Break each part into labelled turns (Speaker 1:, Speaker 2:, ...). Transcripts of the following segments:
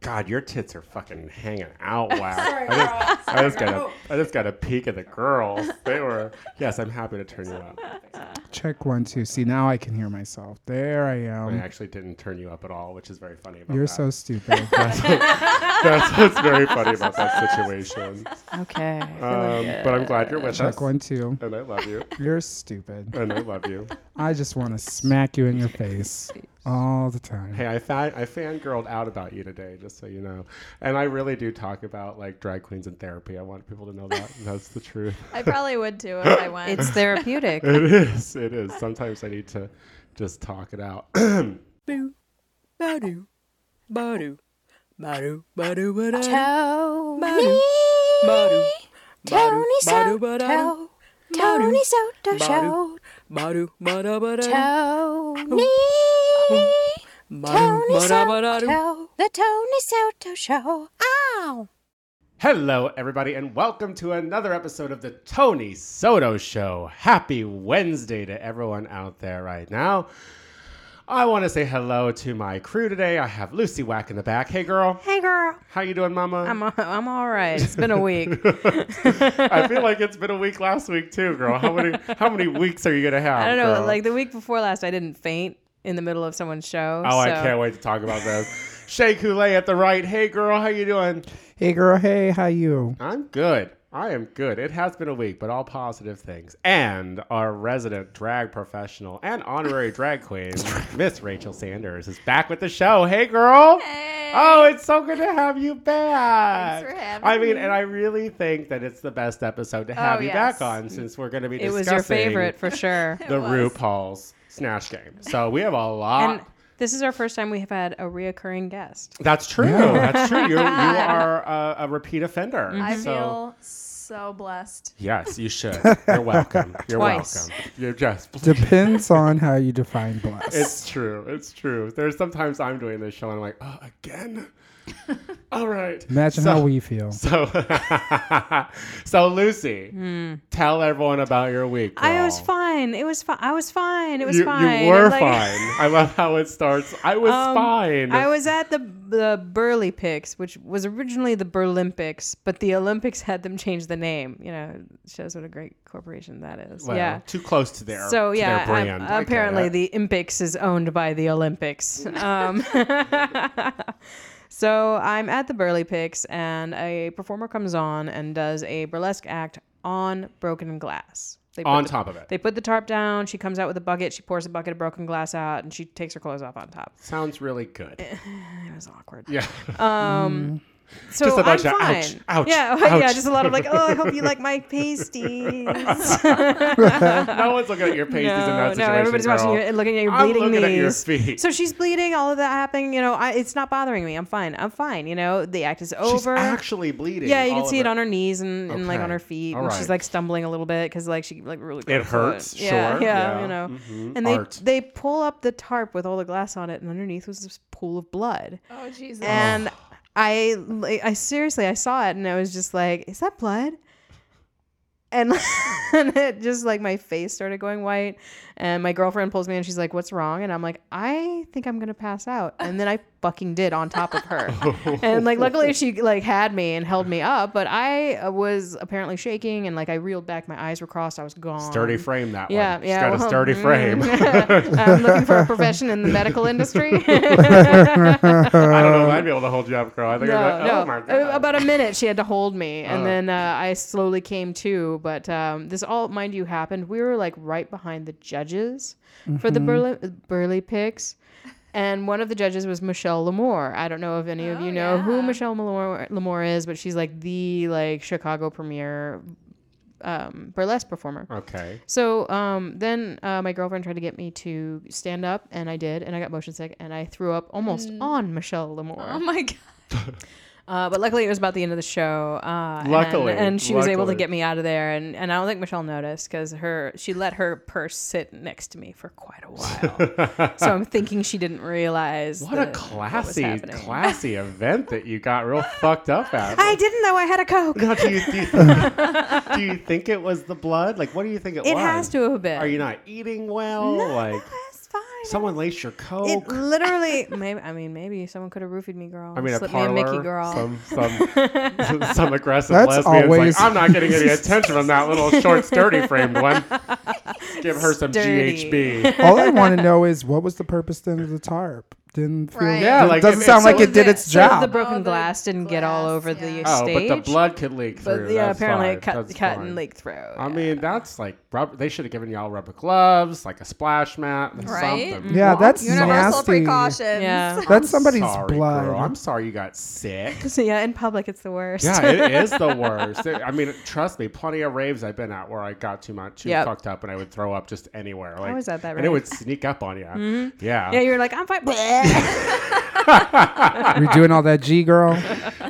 Speaker 1: God, your tits are fucking hanging out. Wow. I just, I just got a, I just got a peek at the girls. They were. Yes, I'm happy to turn you up.
Speaker 2: Check one, two. See, now I can hear myself. There I am.
Speaker 1: I actually didn't turn you up at all, which is very funny. About
Speaker 2: Um, You're
Speaker 1: that.
Speaker 2: so stupid.
Speaker 1: That's what's very funny about that situation.
Speaker 3: Okay.
Speaker 1: Um, but I'm glad you're with us.
Speaker 2: Check one, two.
Speaker 1: And I love you.
Speaker 2: You're stupid.
Speaker 1: And I love you.
Speaker 2: I just want to smack you in your face all the time.
Speaker 1: Hey, I fan I fangirled out about you today, just so you know. And I really do talk about like drag queens and therapy. I want people to know that. That's the truth.
Speaker 4: I probably would too if I went.
Speaker 3: it's therapeutic.
Speaker 1: It is. It is. Sometimes I need to just talk it out.
Speaker 5: Boo, badu, badu, badu, badu, badu,
Speaker 6: Tony
Speaker 5: badu, badu, badu, badu,
Speaker 6: Soto,
Speaker 5: badu,
Speaker 6: Tony Soto Show,
Speaker 5: badu, badu, badu, badu,
Speaker 6: Tony,
Speaker 5: badu,
Speaker 6: Tony
Speaker 5: badu, badu.
Speaker 6: Soto, the Tony Soto Show. Ow!
Speaker 1: Hello, everybody, and welcome to another episode of the Tony Soto Show. Happy Wednesday to everyone out there right now. I want to say hello to my crew today. I have Lucy Wack in the back. Hey, girl.
Speaker 3: hey, girl.
Speaker 1: How you doing, Mama?
Speaker 3: I'm, I'm all right. It's been a week.
Speaker 1: I feel like it's been a week last week too, girl. How many how many weeks are you gonna have?
Speaker 3: I don't know.
Speaker 1: girl?
Speaker 3: Like the week before last, I didn't faint in the middle of someone's show.
Speaker 1: oh, I can't wait to talk about this. Shay Coulee at the right. Hey, girl. How you doing?
Speaker 2: Hey, girl. Hey, how you?
Speaker 1: I'm good. I am good. It has been a week, but all positive things. And our resident drag professional and honorary drag queen, Miss Rachel Sanders, is back with the show. Hey, girl.
Speaker 4: Hey.
Speaker 1: Oh, it's so good to have you back.
Speaker 4: Thanks for having
Speaker 1: I mean,
Speaker 4: me. Oh,
Speaker 1: and I really think that it's the best episode to have you
Speaker 4: yes.
Speaker 1: back on since we're going to be
Speaker 3: It
Speaker 1: discussing
Speaker 3: was your favorite for sure.
Speaker 1: the
Speaker 4: was.
Speaker 1: RuPaul's Snatch Game. So we have a lot.
Speaker 3: and this is our first time we have had a reoccurring guest.
Speaker 1: that's true. That's true. You, you are a, a repeat offender.
Speaker 4: I
Speaker 1: so-
Speaker 4: feel so blessed.
Speaker 1: Yes, you should. You're welcome. You're
Speaker 3: Twice.
Speaker 1: welcome. You're just.
Speaker 2: Depends on how you define blessed.
Speaker 1: It's true. It's true. There's sometimes I'm doing this show and I'm like, oh, again. All right.
Speaker 2: Imagine
Speaker 1: so,
Speaker 2: how we feel.
Speaker 1: So, so Lucy, tell everyone about your week.
Speaker 3: Hmm. I was
Speaker 1: girl.
Speaker 3: fine. It was fine. I was fine. It was
Speaker 1: You, you
Speaker 3: fine.
Speaker 1: were
Speaker 3: And, like-
Speaker 1: fine. I love how it starts. I was
Speaker 3: Um,
Speaker 1: fine.
Speaker 3: I was at the the Burley Picks, which was originally the Burlympics, but the Olympics had them change the name. You know, it shows what a great corporation that is.
Speaker 1: Well,
Speaker 3: yeah.
Speaker 1: Too close to their.
Speaker 3: So
Speaker 1: to
Speaker 3: yeah,
Speaker 1: Their brand.
Speaker 3: um,
Speaker 1: I get
Speaker 3: apparently
Speaker 1: it.
Speaker 3: the Impics is owned by the Olympics. Um, so I'm at the Burley Picks, and a performer comes on and does a burlesque act on broken glass. They put
Speaker 1: on
Speaker 3: the-
Speaker 1: top of it.
Speaker 3: They put the tarp down. She comes out with a bucket. She pours a bucket of broken glass out, and she takes her clothes off on top.
Speaker 1: Sounds really good.
Speaker 3: It was awkward.
Speaker 1: Yeah.
Speaker 3: So
Speaker 1: Just a bunch
Speaker 3: I'm
Speaker 1: of
Speaker 3: fine.
Speaker 1: ouch, ouch,
Speaker 3: yeah, yeah,
Speaker 1: ouch.
Speaker 3: just a lot of like, oh, I hope you like my pasties.
Speaker 1: no one's looking at your pasties in that situation.
Speaker 3: No, everybody's watching
Speaker 1: girl.
Speaker 3: you and looking at your
Speaker 1: I'm
Speaker 3: bleeding
Speaker 1: looking at your
Speaker 3: knees.
Speaker 1: feet.
Speaker 3: So she's bleeding, all of that happening. You know, I, it's not bothering me. I'm fine. I'm fine. You know, the act is over.
Speaker 1: She's actually bleeding.
Speaker 3: yeah, you
Speaker 1: all
Speaker 3: can
Speaker 1: of
Speaker 3: see it on her knees and, and like
Speaker 1: Okay.
Speaker 3: on her feet,
Speaker 1: All
Speaker 3: and she's
Speaker 1: right.
Speaker 3: like stumbling a little bit because like she like really. got
Speaker 1: It
Speaker 3: her foot.
Speaker 1: hurts,
Speaker 3: Yeah,
Speaker 1: sure.
Speaker 3: yeah,
Speaker 1: Yeah.
Speaker 3: you know.
Speaker 1: Mhm.
Speaker 3: And they
Speaker 1: Art.
Speaker 3: they pull up the tarp with all the glass on it, and underneath was this pool of blood.
Speaker 4: Oh Jesus.
Speaker 3: And I, like, I seriously, I saw it and I was just like, is that blood? And, and it just like my face started going white. And my girlfriend pulls me in. She's like, what's wrong? And I'm like, I think I'm going to pass out. And then I fucking did on top of her. and like, luckily she like had me and held me up, but I uh, was apparently shaking and like I reeled back. My eyes were crossed. I was gone.
Speaker 1: Sturdy frame that
Speaker 3: um, Yeah,
Speaker 1: one. She's
Speaker 3: yeah.
Speaker 1: got
Speaker 3: well,
Speaker 1: a sturdy
Speaker 3: mm,
Speaker 1: frame.
Speaker 3: I'm looking for a profession in the medical industry.
Speaker 1: I don't know if I'd be able to hold you up, girl. I think I'd be like, oh my
Speaker 3: Uh,
Speaker 1: god.
Speaker 3: About a minute, she had to hold me, and then uh, I slowly came to. But um, this all, mind you, happened. We were like right behind the judges for the Burley, Burley picks. And one of the judges was Michelle Lamore. I don't know if any of you know who Michelle Lamore, Lamore is, but she's like the like Chicago premier um, burlesque performer.
Speaker 1: okay.
Speaker 3: So um, then uh, my girlfriend tried to get me to stand up, and I did, and I got motion sick, and I threw up almost on Michelle Lamore.
Speaker 4: Mm. oh my god.
Speaker 3: Uh, but luckily, it was about the end of the show. Uh, and-
Speaker 1: Luckily,
Speaker 3: and, she was able to
Speaker 1: luckily.
Speaker 3: get me out of there. And, and I don't think Michelle noticed because her she let her purse sit next to me for quite a while. so I'm thinking she didn't realize
Speaker 1: What
Speaker 3: that-
Speaker 1: a
Speaker 3: was
Speaker 1: classy,
Speaker 3: happening.
Speaker 1: classy event that you got real fucked up at.
Speaker 3: I didn't though. I had a coke.
Speaker 1: Now, do, you, do, you, do you think it was the blood? Like, what do you think it,
Speaker 3: It
Speaker 1: was?
Speaker 3: has to have been.
Speaker 1: Are you not eating well? like,
Speaker 3: That's fine.
Speaker 1: Someone laced your coke.
Speaker 3: It literally, maybe. I mean, maybe someone could have roofied me, girl.
Speaker 1: I mean, a
Speaker 3: slipped
Speaker 1: parlor,
Speaker 3: me a Mickey, girl.
Speaker 1: some some some aggressive
Speaker 2: That's
Speaker 1: lesbian. is
Speaker 2: always-
Speaker 1: Like, I'm not getting any attention from that little short, sturdy framed one. Give her some
Speaker 3: Sturdy.
Speaker 1: GHB.
Speaker 2: All I want to know is what was the purpose then of the tarp? Didn't feel.
Speaker 4: Right.
Speaker 1: Yeah,
Speaker 2: it
Speaker 1: like,
Speaker 2: doesn't
Speaker 1: if-
Speaker 2: sound
Speaker 1: so
Speaker 2: like it
Speaker 1: was
Speaker 2: did
Speaker 4: it-
Speaker 2: its
Speaker 4: so
Speaker 2: job.
Speaker 3: The broken
Speaker 4: Oh, the
Speaker 3: glass didn't get all
Speaker 4: glass,
Speaker 3: over the
Speaker 4: yeah.
Speaker 1: Oh,
Speaker 3: stage.
Speaker 1: but the blood could leak
Speaker 3: But,
Speaker 1: through.
Speaker 3: yeah,
Speaker 1: That's
Speaker 3: apparently
Speaker 1: fine.
Speaker 3: it cut,
Speaker 1: That's
Speaker 3: cut
Speaker 1: fine.
Speaker 3: and leaked through.
Speaker 1: I mean, that's like rub- they should have given y'all rubber gloves, like a splash mat, or
Speaker 4: Right?
Speaker 3: Mm-hmm.
Speaker 1: something.
Speaker 2: Yeah,
Speaker 1: Well,
Speaker 2: that's
Speaker 4: Universal
Speaker 2: nasty.
Speaker 4: precautions.
Speaker 3: yeah.
Speaker 2: That's somebody's
Speaker 1: sorry,
Speaker 2: blood.
Speaker 1: Girl. I'm sorry you got sick.
Speaker 3: So, yeah, in public, it's the worst.
Speaker 1: Yeah, it is the worst. It- I mean, trust me, plenty of raves I've been at where I got too much, too
Speaker 3: Yep.
Speaker 1: fucked up, and I would throw up just anywhere. Like,
Speaker 3: was at that
Speaker 1: And it
Speaker 3: rave. Mm-hmm.
Speaker 1: would sneak up on you. Yeah.
Speaker 3: yeah, you're like, I'm fine.
Speaker 2: we doing all that G girl.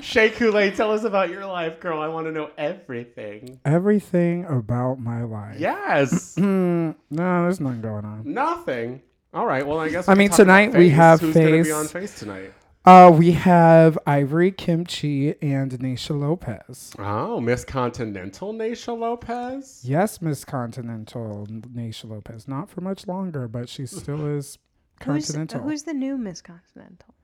Speaker 1: Shay Kool-Aid, tell us about your life, girl. I want to know everything.
Speaker 2: Everything about my life.
Speaker 1: Yes.
Speaker 2: Hmm, no, there's nothing going on.
Speaker 1: Nothing. All right. Well, I guess.
Speaker 2: I
Speaker 1: we
Speaker 2: mean,
Speaker 1: can talk about
Speaker 2: tonight we have
Speaker 1: Who's gonna
Speaker 2: Face.
Speaker 1: be on face tonight?
Speaker 2: Uh, we have Ivory Kimchi and Nisha Lopez.
Speaker 1: Oh, Miss Continental, Naisha Lopez.
Speaker 2: Yes, Miss Continental Nisha Lopez. Not for much longer, but she still is
Speaker 3: Who's, uh,
Speaker 2: continental.
Speaker 3: who's the new Miss Continental?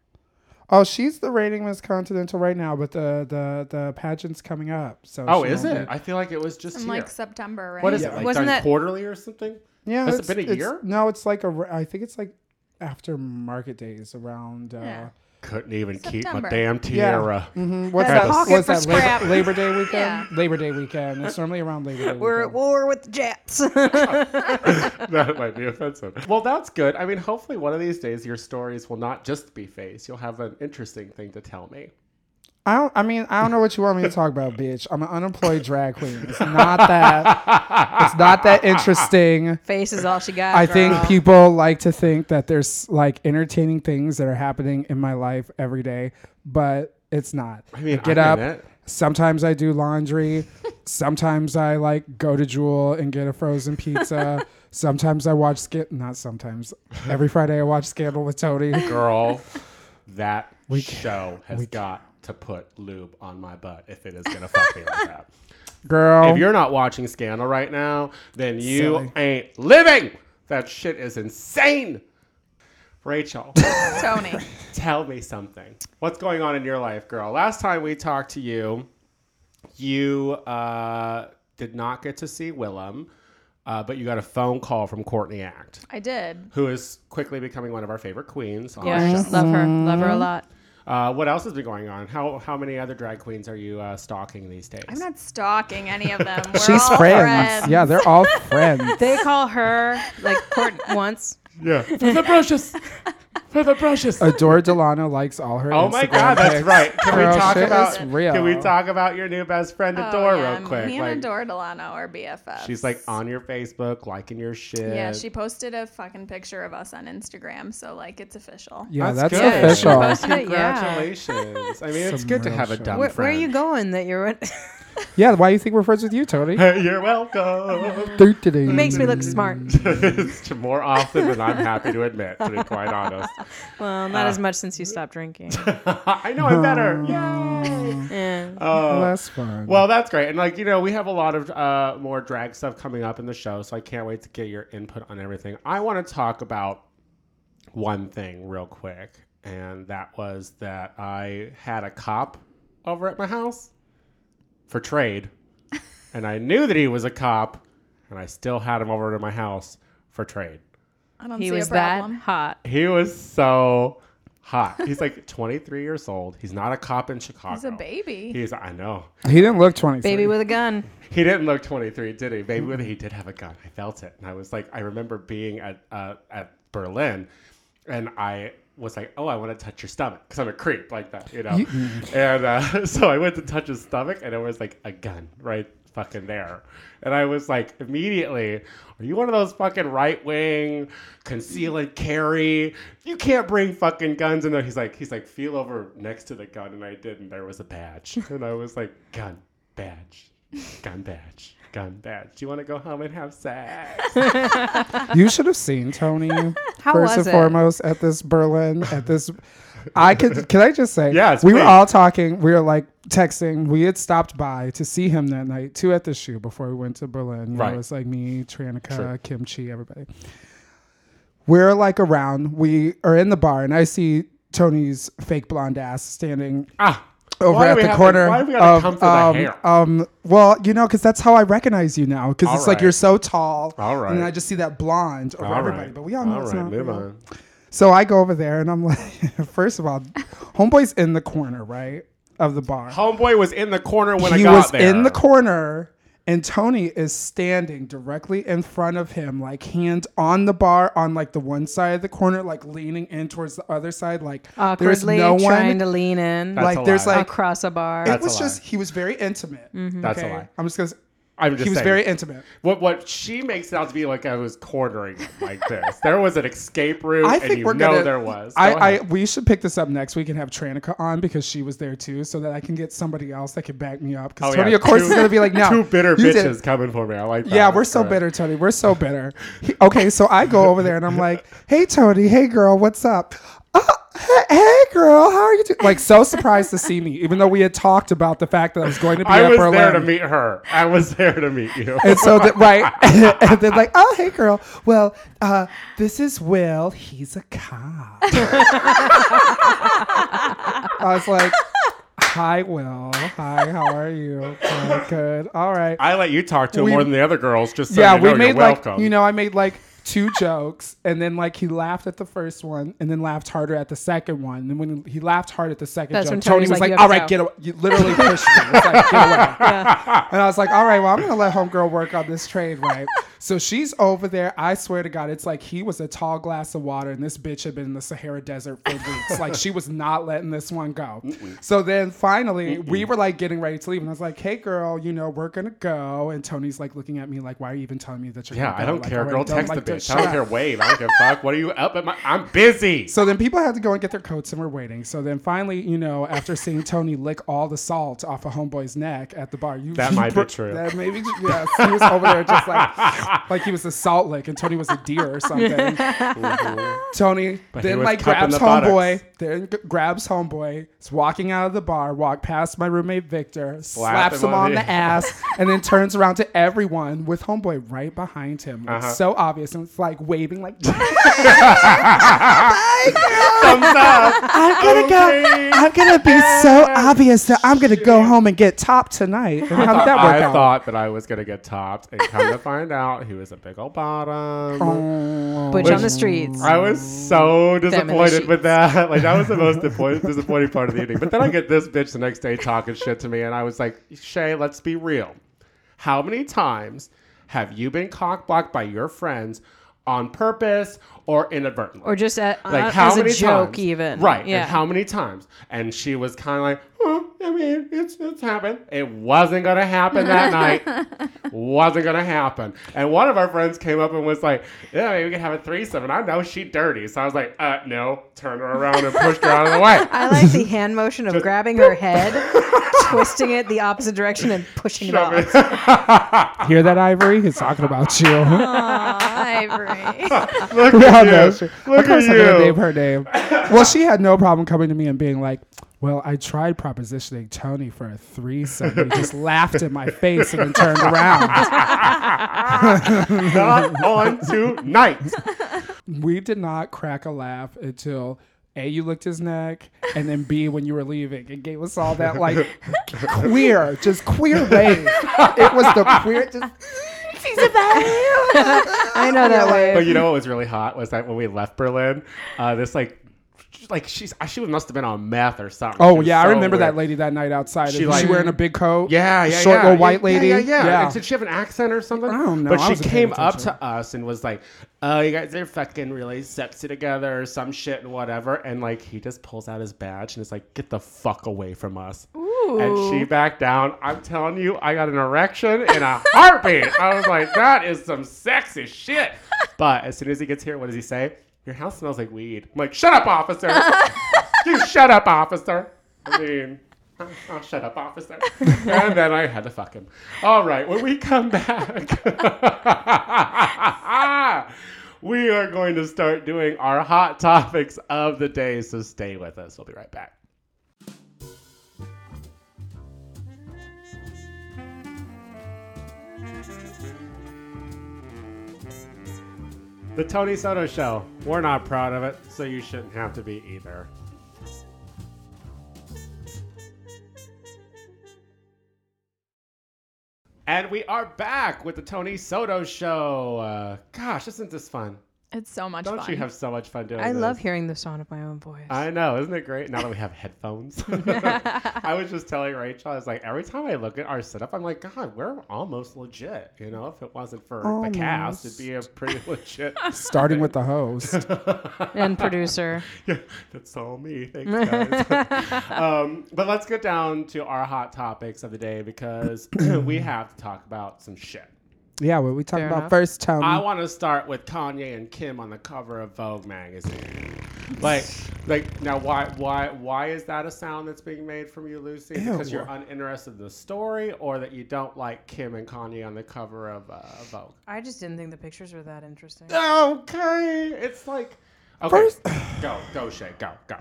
Speaker 2: oh, she's the reigning Miss Continental right now, but the the the pageant's coming up. So
Speaker 1: Oh,
Speaker 2: she
Speaker 1: is
Speaker 2: won't
Speaker 1: it? I feel like it was just
Speaker 4: In
Speaker 1: here.
Speaker 4: like September, right?
Speaker 1: what is it? Like done
Speaker 3: Wasn't that-
Speaker 1: quarterly or something?
Speaker 2: be- Yeah,
Speaker 1: Has it
Speaker 2: it's-
Speaker 1: been a
Speaker 2: it's-
Speaker 1: year?
Speaker 2: No, it's like a. re- I think it's like after market days around. Uh,
Speaker 4: Yeah.
Speaker 1: Couldn't even keep my
Speaker 4: September.
Speaker 1: damn tiara.
Speaker 2: hmm What's
Speaker 3: That's
Speaker 2: that?
Speaker 3: a pocket
Speaker 2: What's
Speaker 3: for
Speaker 2: that? Labor,
Speaker 3: scrap.
Speaker 2: Labor Day weekend.
Speaker 4: Yeah.
Speaker 2: Labor Day weekend. It's normally around Labor Day. Weekend.
Speaker 3: We're at war with the Jets.
Speaker 1: that might be offensive. Well, that's good. I mean, hopefully, one of these days, your stories will not just be face. You'll have an interesting thing to tell me.
Speaker 2: I don't. I mean, I don't know what you want me to talk about, bitch. I'm an unemployed drag queen. It's not that. it's not that interesting.
Speaker 3: Face is all she got.
Speaker 2: I
Speaker 3: girl.
Speaker 2: think people like to think that there's like entertaining things that are happening in my life every day, but it's not. I
Speaker 1: mean,
Speaker 2: get
Speaker 1: I'm
Speaker 2: up.
Speaker 1: in it.
Speaker 2: Sometimes I do laundry. sometimes I like go to Jewel and get a frozen pizza. sometimes I watch Scandal. Not sometimes. Every Friday I watch Scandal with Tony.
Speaker 1: girl, that show has got to put lube on my butt if it is gonna fuck me like that.
Speaker 2: Girl,
Speaker 1: If you're not watching Scandal right now, then you
Speaker 2: Oh. Silly.
Speaker 1: ain't living. That shit is insane. Rachel,
Speaker 4: Tony.
Speaker 1: tell me something. What's going on in your life, girl? Last time we talked to you, you uh, did not get to see Willem, uh, but you got a phone call from Courtney Act,
Speaker 4: I did.
Speaker 1: who is quickly becoming one of our favorite queens. on our
Speaker 3: Yeah, love her. Love
Speaker 1: Mm-hmm.
Speaker 3: her a lot.
Speaker 1: Uh, what else has been going on? How how many other drag queens are you uh, stalking these days?
Speaker 4: I'm not stalking any of them. We're
Speaker 2: she's
Speaker 4: all
Speaker 2: friends. Yeah, they're all friends.
Speaker 3: They call her like Court once.
Speaker 1: Yeah, for the brushes, for the brushes.
Speaker 2: Adore Delano likes all her.
Speaker 1: Oh my
Speaker 2: Instagram
Speaker 1: god, that's
Speaker 2: pics.
Speaker 1: right. Can
Speaker 2: Girl,
Speaker 1: we talk
Speaker 2: shit
Speaker 1: about
Speaker 2: is real.
Speaker 1: Can we talk about your new best friend
Speaker 4: Oh,
Speaker 1: Adore
Speaker 4: yeah,
Speaker 1: real quick?
Speaker 4: Me
Speaker 1: Like,
Speaker 4: and Adore Delano are BFFs.
Speaker 1: she's like on your Facebook, liking your shit.
Speaker 4: Yeah, she posted a fucking picture of us on Instagram, so like it's official.
Speaker 2: Yeah, that's,
Speaker 1: good.
Speaker 2: official.
Speaker 3: Yeah, she posted it, yeah.
Speaker 1: Congratulations. I mean, it's
Speaker 2: Some
Speaker 1: good to
Speaker 2: real
Speaker 1: have a
Speaker 2: shit.
Speaker 1: dumb
Speaker 3: Where, where are
Speaker 1: friend.
Speaker 3: you going that you're. It
Speaker 2: Yeah, why do you think we're friends with you, Tony?
Speaker 1: You're welcome.
Speaker 3: makes me look smart.
Speaker 1: Mm-hmm. It's More often than I'm happy to admit, to be quite honest.
Speaker 3: Well, not as much since you stopped drinking.
Speaker 1: I know I'm better. Yay!
Speaker 3: Yeah.
Speaker 1: Oh,
Speaker 2: That's fun.
Speaker 1: Well, that's great. And like, you know, we have a lot of uh, more drag stuff coming up in the show, so I can't wait to get your input on everything. I want to talk about one thing real quick, and that was that I had a cop over at my house for trade, and I knew that he was a cop, and I still had him over to my house for trade.
Speaker 4: I don't
Speaker 3: he
Speaker 4: see
Speaker 3: was
Speaker 4: a
Speaker 3: that
Speaker 4: problem.
Speaker 3: hot.
Speaker 1: He was so hot. He's like 23 years old. He's not a cop in Chicago.
Speaker 4: He's a baby.
Speaker 1: He's I know.
Speaker 2: he didn't look 23.
Speaker 3: Baby with a gun.
Speaker 1: He didn't look 23, did he? Maybe when he did have a gun. I felt it. And I was like, I remember being at uh, at Berlin and I was like, oh, I want to touch your stomach because I'm a creep like that, you know? and uh, so I went to touch his stomach and it was like a gun right fucking there. And I was like, immediately, are you one of those fucking right wing conceal and carry? You can't bring fucking guns in there. He's like, he's like, feel over next to the gun. And I did. And there was a badge. And I was like, gun, badge gun badge, gun badge. Do you want to go home and have sex?
Speaker 2: You should have seen Tony.
Speaker 3: How
Speaker 2: first
Speaker 3: was
Speaker 2: and
Speaker 3: it?
Speaker 2: foremost at this Berlin at this I could can I just say
Speaker 1: Yes,
Speaker 2: we
Speaker 1: please.
Speaker 2: were all talking, we were like texting. We had stopped by to see him that night, two at the shoe before we went to Berlin. You know,
Speaker 1: Right.
Speaker 2: It was like me, Tranica,
Speaker 1: Sure.
Speaker 2: Kimchi, everybody. We're like around. We are in the bar, and I see Tony's fake blonde ass standing
Speaker 1: Ah,
Speaker 2: over
Speaker 1: why do
Speaker 2: at
Speaker 1: we
Speaker 2: the
Speaker 1: have to-
Speaker 2: corner.
Speaker 1: why do we gotta
Speaker 2: of,
Speaker 1: come for the
Speaker 2: um,
Speaker 1: hair?
Speaker 2: um, well, you know, because that's how I recognize you now. Because
Speaker 1: All
Speaker 2: it's
Speaker 1: right.
Speaker 2: like you're so tall,
Speaker 1: All
Speaker 2: and then
Speaker 1: right.
Speaker 2: I just see that blonde over
Speaker 1: all right.
Speaker 2: everybody. But we all know
Speaker 1: All
Speaker 2: it's
Speaker 1: right,
Speaker 2: not
Speaker 1: move
Speaker 2: real.
Speaker 1: on.
Speaker 2: So I go over there, and I'm like, first of all, homeboy's in the corner, right, of the bar.
Speaker 1: Homeboy was in the corner when I
Speaker 2: he
Speaker 1: got
Speaker 2: was
Speaker 1: there.
Speaker 2: in the corner and tony is standing directly in front of him like hand on the bar on like the one side of the corner like leaning in towards the other side like there's
Speaker 3: Awkwardly
Speaker 2: no
Speaker 3: trying
Speaker 2: one
Speaker 3: to lean in
Speaker 1: That's
Speaker 2: like there's
Speaker 1: a lie.
Speaker 2: like
Speaker 3: across a bar.
Speaker 2: it
Speaker 1: That's a
Speaker 2: was
Speaker 1: lie.
Speaker 2: just he was very
Speaker 3: Mm-hmm.
Speaker 2: intimate
Speaker 1: That's a
Speaker 2: okay?
Speaker 1: lie.
Speaker 2: i'm just gonna s-
Speaker 1: I'm just
Speaker 2: he was
Speaker 1: saying.
Speaker 2: very intimate
Speaker 1: What what she makes it out to be like I was cornering him like this. There was an escape route,
Speaker 2: I
Speaker 1: and
Speaker 2: think
Speaker 1: you
Speaker 2: we're
Speaker 1: know
Speaker 2: gonna.
Speaker 1: there was. Go
Speaker 2: I, I
Speaker 1: ahead.
Speaker 2: we should pick this up next week and have Tranica on because she was there too, so that I can get somebody else that can back me up. Because
Speaker 1: Oh,
Speaker 2: Tony,
Speaker 1: yeah,
Speaker 2: of course,
Speaker 1: two-
Speaker 2: is gonna be like, "No,
Speaker 1: two bitter
Speaker 2: you did it."
Speaker 1: bitches Oh, coming for me. I like that.
Speaker 2: Yeah, we're
Speaker 1: That's
Speaker 2: so
Speaker 1: correct.
Speaker 2: bitter, Tony. We're so bitter. He- okay, so I go over there and I'm like, "Hey, Tony. Hey, girl. What's up? Oh, he- hey, girl. How are you doing?" Like, so surprised to see me, even though we had talked about the fact that I was going to be
Speaker 1: I
Speaker 2: up
Speaker 1: was
Speaker 2: early.
Speaker 1: there to meet her. I was there to meet you.
Speaker 2: And so that right, and then like, oh hey girl, well uh, this is Will. He's a cop. I was like, hi Will, hi, how are you? Good, good. all right.
Speaker 1: I let you talk to him
Speaker 2: We-
Speaker 1: more than the other girls. Just so
Speaker 2: yeah,
Speaker 1: you know,
Speaker 2: we made
Speaker 1: you're
Speaker 2: like
Speaker 1: welcome.
Speaker 2: you know I made like two jokes, and then like he laughed at the first one, and then laughed harder at the second one. And when he laughed hard at the second
Speaker 3: That's
Speaker 2: joke,
Speaker 3: when
Speaker 2: Tony
Speaker 3: Tony's
Speaker 2: was
Speaker 3: like,
Speaker 2: like,
Speaker 3: "You have
Speaker 2: "All
Speaker 3: to
Speaker 2: right,
Speaker 3: go."
Speaker 2: get away." You literally pushed me. It's like, "Get away." And I was like, "All right, well, I'm gonna let homegirl work on this trade, right?" So she's over there. I swear to God, it's like he was a tall glass of water, and this bitch had been in the Sahara Desert for weeks. like she was not letting this one go. So then finally, we were like getting ready to leave, and I was like, "Hey, girl, you know we're gonna go." And Tony's like looking at me like, "Why are you even telling me that you're?"
Speaker 1: yeah,
Speaker 2: gonna
Speaker 1: I
Speaker 2: go?
Speaker 1: don't
Speaker 2: Like,
Speaker 1: care.
Speaker 2: already
Speaker 1: Girl,
Speaker 2: done,
Speaker 1: text
Speaker 2: like,
Speaker 1: the
Speaker 2: just
Speaker 1: bitch. I
Speaker 2: shut
Speaker 1: don't
Speaker 2: up."
Speaker 1: care. Wave. I don't give a fuck. What are you up at my? I'm busy.
Speaker 2: So then people had to go and get their coats and were waiting. So then finally, you know, after seeing Tony lick all the salt off of Homeboy's neck at the bar, you
Speaker 1: That
Speaker 2: you
Speaker 1: might be
Speaker 2: br-
Speaker 1: true.
Speaker 2: That maybe yes, he was over there just like like he was a salt lick and Tony was a deer or something. Tony
Speaker 1: But he
Speaker 2: then
Speaker 1: was
Speaker 2: like
Speaker 1: cupping
Speaker 2: grabs
Speaker 1: the
Speaker 2: Homeboy,
Speaker 1: buttocks.
Speaker 2: then g- grabs Homeboy, is walking out of the bar, walked past my roommate Victor,
Speaker 1: Slapped
Speaker 2: slaps
Speaker 1: him
Speaker 2: him
Speaker 1: on
Speaker 2: on
Speaker 1: the-
Speaker 2: the ass, and then turns around to everyone with Homeboy right behind him. Like,
Speaker 1: Uh-huh.
Speaker 2: So obvious and it's like waving like
Speaker 1: Thumbs up.
Speaker 2: I'm gonna
Speaker 1: Okay.
Speaker 2: go. I'm gonna be so obvious that I'm gonna go home and get topped tonight. And how did that work
Speaker 1: I
Speaker 2: out?
Speaker 1: thought that I was gonna get topped, and come to find out, he was a big old bottom.
Speaker 3: Butch on the streets.
Speaker 1: I was so disappointed
Speaker 3: sheets.
Speaker 1: with that. Like that was the most disappoint- disappointing part of the evening. But then I get this bitch the next day talking shit to me, and I was like, Shay, let's be real. How many times have you been cockblocked by your friends on purpose or inadvertently?
Speaker 3: or just a,
Speaker 1: like
Speaker 3: uh,
Speaker 1: how
Speaker 3: as
Speaker 1: many
Speaker 3: a joke,
Speaker 1: times?
Speaker 3: even.
Speaker 1: right?
Speaker 3: Yeah.
Speaker 1: And how many times? And she was kind of like, "Oh, I mean, it's it's happened. It wasn't gonna happen that night. Wasn't gonna happen." And one of our friends came up and was like, "Yeah, maybe we can have a threesome." And I know she dirty, so I was like, "Uh, no." Turned her around and pushed her out of the way.
Speaker 3: I like the hand motion of grabbing her head, twisting it the opposite direction, and pushing it off.
Speaker 1: Shove it.
Speaker 2: Hear that, Ivory? He's talking about you.
Speaker 4: Ivory.
Speaker 1: Look
Speaker 2: We all
Speaker 1: at
Speaker 2: know
Speaker 1: you.
Speaker 2: she-
Speaker 1: Look
Speaker 2: of course, I'm
Speaker 1: at
Speaker 2: gonna name
Speaker 1: you.
Speaker 2: her name. Well, she had no problem coming to me and being like, "Well, I tried propositioning Tony for a threesome. He just laughed in my face and then turned around."
Speaker 1: Not on tonight.
Speaker 2: We did not crack a laugh until. A, you licked his neck, and then B, when you were leaving, and gave us all that like queer, just queer wave. It was the queer, just
Speaker 3: I know that way.
Speaker 1: But you know what was really hot was that when we left Berlin, uh, this like, like she's she must have been on meth or something. She
Speaker 2: Oh
Speaker 1: was
Speaker 2: yeah, I
Speaker 1: so
Speaker 2: remember that
Speaker 1: weird.
Speaker 2: lady that night outside.
Speaker 1: She
Speaker 2: She,
Speaker 1: like-
Speaker 2: she wearing a big coat.
Speaker 1: Yeah, yeah,
Speaker 2: short
Speaker 1: yeah.
Speaker 2: little
Speaker 1: Yeah,
Speaker 2: white lady.
Speaker 1: Yeah, yeah, yeah. And did she have an accent or something?
Speaker 2: I don't know.
Speaker 1: But
Speaker 2: I
Speaker 1: she
Speaker 2: wasn't paying
Speaker 1: came up
Speaker 2: attention.
Speaker 1: to us and was like, "Oh, you guys are fucking really sexy together, or some shit, and whatever." And like, he just pulls out his badge and is like, "Get the fuck away from us!" And she backed down. I'm telling you, I got an erection in a heartbeat. I was like, "That is some sexy shit." But as soon as he gets here, what does he say? Your house smells like weed. I'm like, "Shut up, officer! you shut up, officer!" I mean. Oh, oh, shut up, officer. and then I had to fuck him. All right, when we come back, we are going to start doing our hot topics of the day. So stay with us. We'll be right back. The Tony Soto Show. We're not proud of it, so you shouldn't have to be either. And we are back with the Tony Soto Show. Uh, gosh, isn't this fun?
Speaker 4: It's so much
Speaker 1: Don't
Speaker 4: fun.
Speaker 1: you have so much fun doing
Speaker 3: I
Speaker 1: this?
Speaker 3: love hearing the sound of my own voice.
Speaker 1: I know, isn't it great? Now that we have headphones, I was just telling Rachel, I was like, every time I look at our setup, I'm like, God, we're almost legit. You know, if it wasn't for the cast, it'd be a pretty legit.
Speaker 2: Starting with the host.
Speaker 3: and producer.
Speaker 1: Yeah, that's all me. Thanks, guys. um, but let's get down to our hot topics of the day because we have to talk about some shit.
Speaker 2: Yeah, what we talking
Speaker 3: Fair
Speaker 2: about
Speaker 3: enough.
Speaker 2: first, Tony?
Speaker 1: I want to start with Kanye and Kim on the cover of Vogue magazine. Like, like now, why, why, why is that a sound that's being made from you, Lucy? Because
Speaker 2: Ew.
Speaker 1: you're uninterested in the story, or that you don't like Kim and Kanye on the cover of uh, Vogue?
Speaker 3: I just didn't think the pictures were that interesting.
Speaker 1: Okay, it's like, okay,
Speaker 2: First-
Speaker 1: go, go, Shay, go, go.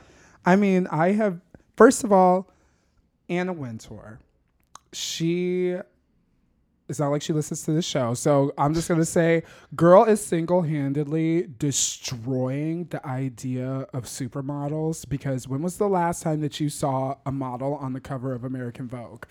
Speaker 2: I mean, I have first of all, Anna Wintour. She it's not like she listens to the show. So I'm just gonna say, girl is single handedly destroying the idea of supermodels because when was the last time that you saw a model on the cover of American Vogue?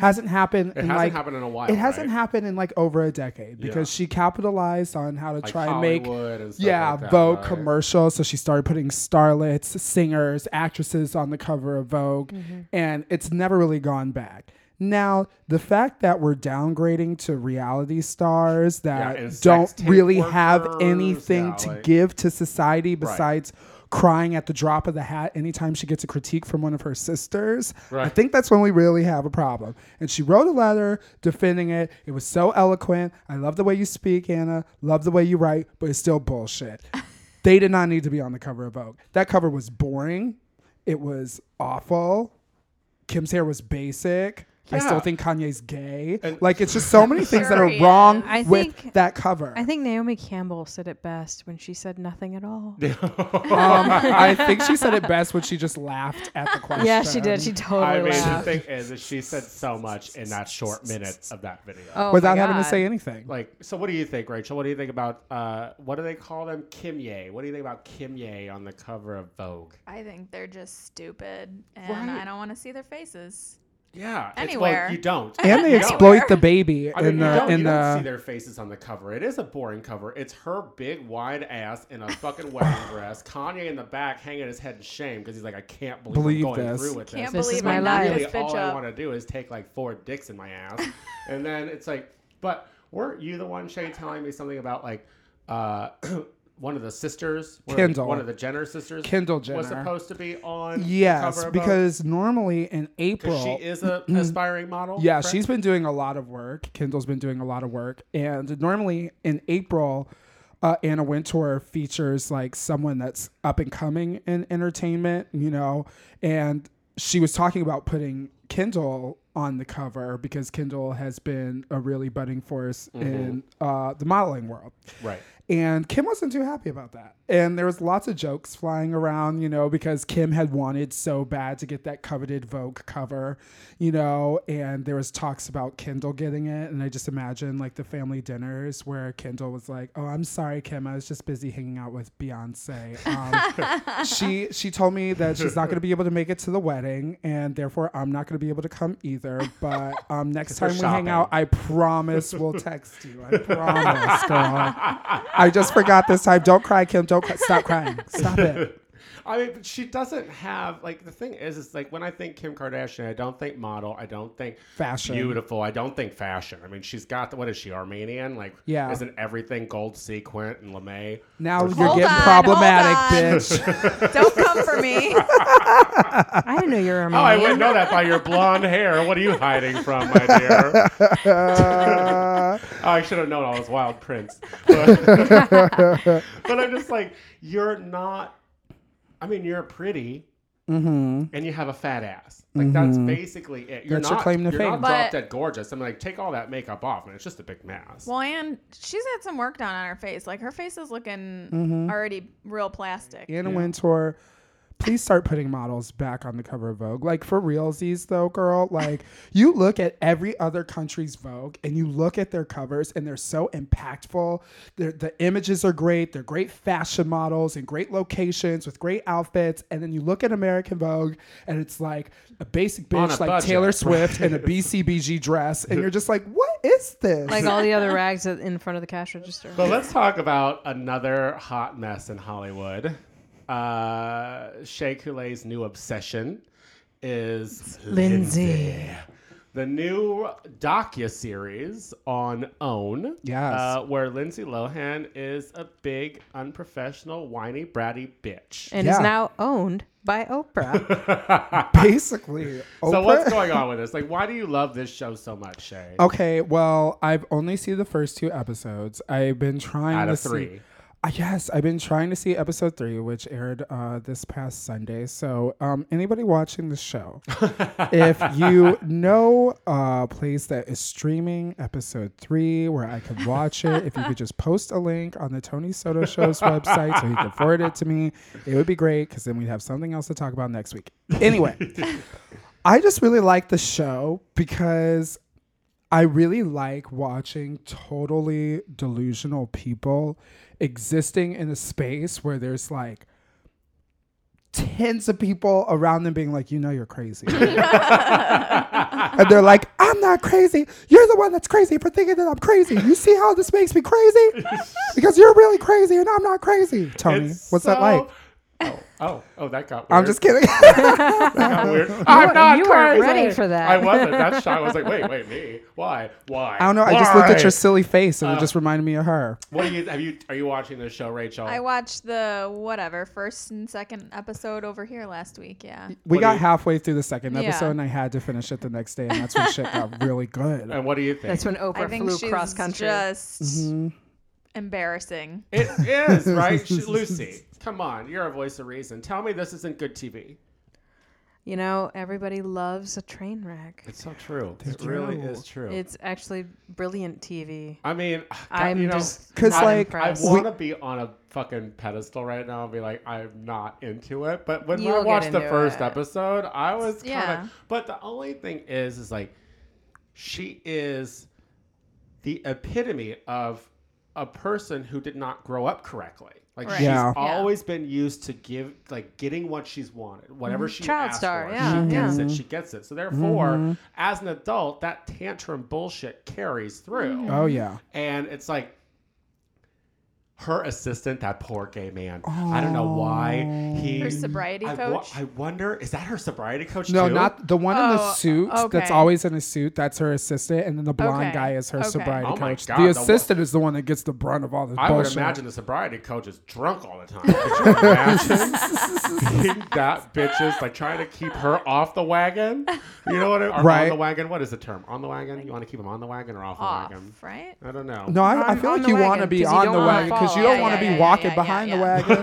Speaker 2: Hasn't happened
Speaker 1: Mm. It
Speaker 2: in
Speaker 1: hasn't
Speaker 2: like
Speaker 1: happened in a while.
Speaker 2: it hasn't
Speaker 1: right?
Speaker 2: happened in like over a decade because she capitalized on how to
Speaker 1: Like
Speaker 2: try and make
Speaker 1: Hollywood and stuff
Speaker 2: yeah
Speaker 1: like that,
Speaker 2: Vogue
Speaker 1: right?
Speaker 2: commercials. So she started putting starlets, singers, actresses on the cover of Vogue, and it's never really gone back. Now the fact that we're downgrading to reality stars that
Speaker 1: and sex
Speaker 2: don't
Speaker 1: tape
Speaker 2: really have
Speaker 1: workers,
Speaker 2: anything
Speaker 1: yeah,
Speaker 2: to
Speaker 1: like-
Speaker 2: give to society besides. Crying at the drop of the hat anytime she gets a critique from one of her sisters. I
Speaker 1: Right.
Speaker 2: think that's when we really have a problem. And she wrote a letter defending it. It was so eloquent. I love the way you speak, Anna. Love the way you write, but it's still bullshit. they did not need to be on the cover of Vogue. That cover was boring. It was awful. Kim's hair was basic. I still
Speaker 1: Yeah.
Speaker 2: think Kanye's gay.
Speaker 1: And-
Speaker 2: like it's just so many things that are
Speaker 4: Period.
Speaker 2: wrong
Speaker 3: I
Speaker 2: with
Speaker 3: think-
Speaker 2: that cover.
Speaker 3: I think Naomi Campbell said it best when she said nothing at all.
Speaker 2: um, I think she said it best when she just laughed at the question.
Speaker 3: yeah, she did. She totally
Speaker 1: I mean, the
Speaker 3: laughed.
Speaker 1: thing is, is she said so much in that short minute of that video.
Speaker 3: Oh my
Speaker 2: without having to
Speaker 3: God.
Speaker 2: say anything.
Speaker 1: Like, so what do you think, Rachel? What do you think about uh, what do they call them? Kimye. What do you think about Kimye on the cover of Vogue?
Speaker 4: I think they're just stupid, and
Speaker 1: Right.
Speaker 4: I don't want to see their faces.
Speaker 1: Yeah, it's-
Speaker 4: Anywhere.
Speaker 1: well, you don't.
Speaker 2: and they
Speaker 1: You don't.
Speaker 2: exploit the baby
Speaker 1: I mean,
Speaker 2: in
Speaker 1: you
Speaker 2: the
Speaker 1: don't,
Speaker 2: in
Speaker 1: you don't see
Speaker 2: the
Speaker 1: their faces on the cover. It is a boring cover. It's her big wide ass in a fucking wedding dress. Kanye in the back hanging his head in shame because he's like, I can't believe,
Speaker 2: Believe
Speaker 1: I'm going
Speaker 2: this.
Speaker 1: through with
Speaker 4: Can't
Speaker 1: this.
Speaker 3: This is
Speaker 4: believe
Speaker 3: my
Speaker 4: I knocked
Speaker 3: life.
Speaker 4: this
Speaker 1: really all
Speaker 4: bitch
Speaker 1: I
Speaker 4: up.
Speaker 1: want to do is take like four dicks in my ass, and then it's like, but weren't you the one Shay telling me something about like uh, one of the sisters, one of the-
Speaker 2: Kendall.
Speaker 1: one of the Jenner sisters,
Speaker 2: Kendall
Speaker 1: was
Speaker 2: Jenner.
Speaker 1: supposed to be on the
Speaker 2: yes
Speaker 1: cover of Vogue?
Speaker 2: because normally in April
Speaker 1: 'Cause she is a aspiring model.
Speaker 2: yeah
Speaker 1: correct?
Speaker 2: she's been doing a lot of work Kendall's been doing a lot of work and normally in April uh, Anna Wintour features like someone that's up and coming in entertainment you know and she was talking about putting Kendall on the cover because Kendall has been a really budding force in uh, the modeling world
Speaker 1: right.
Speaker 2: And Kim wasn't too happy about that. And there was lots of jokes flying around, you know, because Kim had wanted so bad to get that coveted Vogue cover, you know, and there was talks about Kendall getting it. And I just imagine like the family dinners where Kendall was like, Oh, I'm sorry, Kim, I was just busy hanging out with Beyonce. Um, she she told me that she's not gonna be able to make it to the wedding and therefore I'm not gonna be able to come either. But um next
Speaker 1: we're
Speaker 2: time we hang
Speaker 1: shopping.
Speaker 2: out, I promise we'll text you. I promise, girl. I just forgot this time. Don't cry, Kim. Don't cry. Stop crying. Stop it.
Speaker 1: I mean, but she doesn't have like the thing is, it's like when I think Kim Kardashian, I don't think model, I don't think
Speaker 2: Fashion.
Speaker 1: beautiful, I don't think fashion. I mean, she's got the, what is she Armenian? Like,
Speaker 2: Yeah.
Speaker 1: isn't everything gold sequin and lame?
Speaker 2: Now you're
Speaker 4: Hold
Speaker 2: getting
Speaker 4: on,
Speaker 2: problematic,
Speaker 4: hold on.
Speaker 2: bitch.
Speaker 4: Don't come for me.
Speaker 3: I didn't know you were
Speaker 1: Oh, I
Speaker 3: Armenian.
Speaker 1: wouldn't know that by your blonde hair. What are you hiding from, my dear?
Speaker 2: Uh,
Speaker 1: Oh, I should have known I was Wild Prince. But, but I'm just like, you're not. I mean, you're pretty. And you have a fat ass. Like that's basically it. You're
Speaker 2: Mm-hmm.
Speaker 1: not,
Speaker 2: That's your claim to
Speaker 1: you're
Speaker 2: fame.
Speaker 1: not drop
Speaker 4: But-
Speaker 1: dead gorgeous. I'm like, take all that makeup off, and it's just a big mass.
Speaker 4: Well, and she's had some work
Speaker 2: Mm-hmm.
Speaker 4: done on her face. Like her face is looking already real plastic.
Speaker 2: Anna Wintour Please start putting models back on the cover of Vogue. Like for realsies though, girl, like you look at every other country's Vogue and you look at their covers and they're so impactful. They're, the images are great. They're great fashion models and great locations with great outfits. And then you look at American Vogue and it's like a basic
Speaker 1: On
Speaker 2: bitch
Speaker 1: a
Speaker 2: like
Speaker 1: budget,
Speaker 2: Taylor Swift in a BCBG dress. And you're just like, what is this?
Speaker 3: like all the other rags that- in front of the cash register.
Speaker 1: But let's talk about another hot mess in Hollywood. Uh, Shea Coulee's new obsession is Lindsay. The new docu series on OWN,
Speaker 2: Yes.
Speaker 1: uh, where Lindsay Lohan is a big, unprofessional, whiny, bratty bitch.
Speaker 3: and is
Speaker 2: Yeah.
Speaker 3: now owned by Oprah.
Speaker 2: basically.
Speaker 1: So
Speaker 2: Oprah- Oh,
Speaker 1: what's going on with this? Like, why do you love this show so much, Shay?
Speaker 2: Okay, well, I've only seen the first two episodes. I've been trying
Speaker 1: Out
Speaker 2: to
Speaker 1: of
Speaker 2: see-
Speaker 1: three.
Speaker 2: Uh, yes, I've been trying to see episode three, which aired uh, this past Sunday. So, um, anybody watching the show, if you know a place that is streaming episode three where I could watch it, if you could just post a link on the Tony Soto Show's website so you can forward it to me, it would be great because then we'd have something else to talk about next week. Anyway, I just really like the show because I really like watching totally delusional people existing in a space where there's like tens of people around them being like, you know, you're crazy. and they're like, I'm not crazy. You're the one that's crazy for thinking that I'm crazy. You see how this makes me crazy? Because you're really crazy and I'm not crazy. Tony,
Speaker 1: It's
Speaker 2: what's
Speaker 1: so-
Speaker 2: that like?
Speaker 1: Oh, oh, oh, that got weird.
Speaker 2: I'm just kidding.
Speaker 1: got weird. I'm not
Speaker 3: you
Speaker 1: crazy.
Speaker 3: weren't ready for that.
Speaker 1: I wasn't. That shot I was like, wait, wait, me? Why? Why?
Speaker 2: I don't know. I just looked at
Speaker 1: Why?
Speaker 2: your
Speaker 1: Uh,
Speaker 2: silly face and it just reminded me of her.
Speaker 1: What are you? Have you? Are you watching this show, Rachel?
Speaker 4: I watched the whatever first and second episode over here last week. Yeah.
Speaker 2: We
Speaker 1: What do
Speaker 2: got
Speaker 1: you-
Speaker 2: halfway through the second
Speaker 4: Yeah.
Speaker 2: episode and I had to finish it the next day, and that's when shit got really good.
Speaker 4: Oh.
Speaker 1: and what do you think?
Speaker 3: That's when Oprah
Speaker 4: I think
Speaker 3: flew
Speaker 4: she's
Speaker 3: cross country.
Speaker 4: just
Speaker 2: Mm-hmm.
Speaker 4: embarrassing.
Speaker 1: it is right, Sh- Lucy. Come on, you're a voice of reason. Tell me this isn't good TV.
Speaker 3: You know, everybody loves a train wreck.
Speaker 1: It's so true. It really
Speaker 2: true.
Speaker 1: is true.
Speaker 3: It's actually brilliant TV.
Speaker 1: I mean,
Speaker 3: I'm
Speaker 1: Uh, you know,
Speaker 3: just
Speaker 2: 'Cause,
Speaker 3: not
Speaker 2: like,
Speaker 1: I
Speaker 3: impressed.
Speaker 1: want to be on a fucking pedestal right now and be like, I'm not into it. But when I
Speaker 3: You'll get
Speaker 1: watched the
Speaker 3: into
Speaker 1: first
Speaker 3: it.
Speaker 1: episode, I was kind of.
Speaker 4: Yeah.
Speaker 1: But the only thing is, is like, she is the epitome of a person who did not grow up correctly. Like
Speaker 4: Right.
Speaker 1: she's
Speaker 2: Yeah.
Speaker 1: always been used to give, like getting what she's wanted, whatever she
Speaker 3: Mm-hmm. Child
Speaker 1: asked
Speaker 3: star,
Speaker 1: for.
Speaker 3: yeah,
Speaker 1: she gets
Speaker 3: yeah.
Speaker 1: it. She gets it. So therefore,
Speaker 2: Mm-hmm.
Speaker 1: as an adult, that tantrum bullshit carries through.
Speaker 3: Mm-hmm.
Speaker 2: Oh yeah.
Speaker 1: And it's like her assistant, that poor gay man. I don't know why he.
Speaker 4: Her sobriety
Speaker 1: I, wa-
Speaker 4: coach.
Speaker 1: I wonder, is that her sobriety coach?
Speaker 2: No,
Speaker 1: too?
Speaker 2: not the one in the
Speaker 4: Oh,
Speaker 2: suit that's
Speaker 4: okay.
Speaker 2: always in a suit. That's her assistant, and then the blonde
Speaker 4: Okay.
Speaker 2: guy is her
Speaker 4: Okay.
Speaker 2: sobriety
Speaker 1: Oh my
Speaker 2: coach.
Speaker 1: God,
Speaker 2: the
Speaker 1: the
Speaker 2: assistant is the one that gets the brunt of all this
Speaker 1: I would
Speaker 2: bullshit.
Speaker 1: imagine the sobriety coach is drunk all the time. Could you imagine being that bitch is like trying to keep her off the wagon? You know what? I, or
Speaker 2: Right.
Speaker 1: On the wagon. What is the term? On the wagon. You want to keep him on the wagon or off,
Speaker 4: Off,
Speaker 1: the wagon?
Speaker 4: right?
Speaker 1: I don't know.
Speaker 2: No, I, I
Speaker 3: On-
Speaker 2: feel
Speaker 3: on
Speaker 2: like
Speaker 3: the
Speaker 2: you want to
Speaker 3: wagon,
Speaker 2: be
Speaker 3: 'cause you
Speaker 2: on
Speaker 3: don't
Speaker 2: the
Speaker 3: wanna
Speaker 2: wagon because you
Speaker 3: fall
Speaker 2: don't
Speaker 3: off.
Speaker 2: want to
Speaker 4: Yeah, yeah,
Speaker 2: be
Speaker 4: yeah,
Speaker 2: walking
Speaker 4: yeah,
Speaker 2: behind
Speaker 4: yeah,
Speaker 2: the wagon.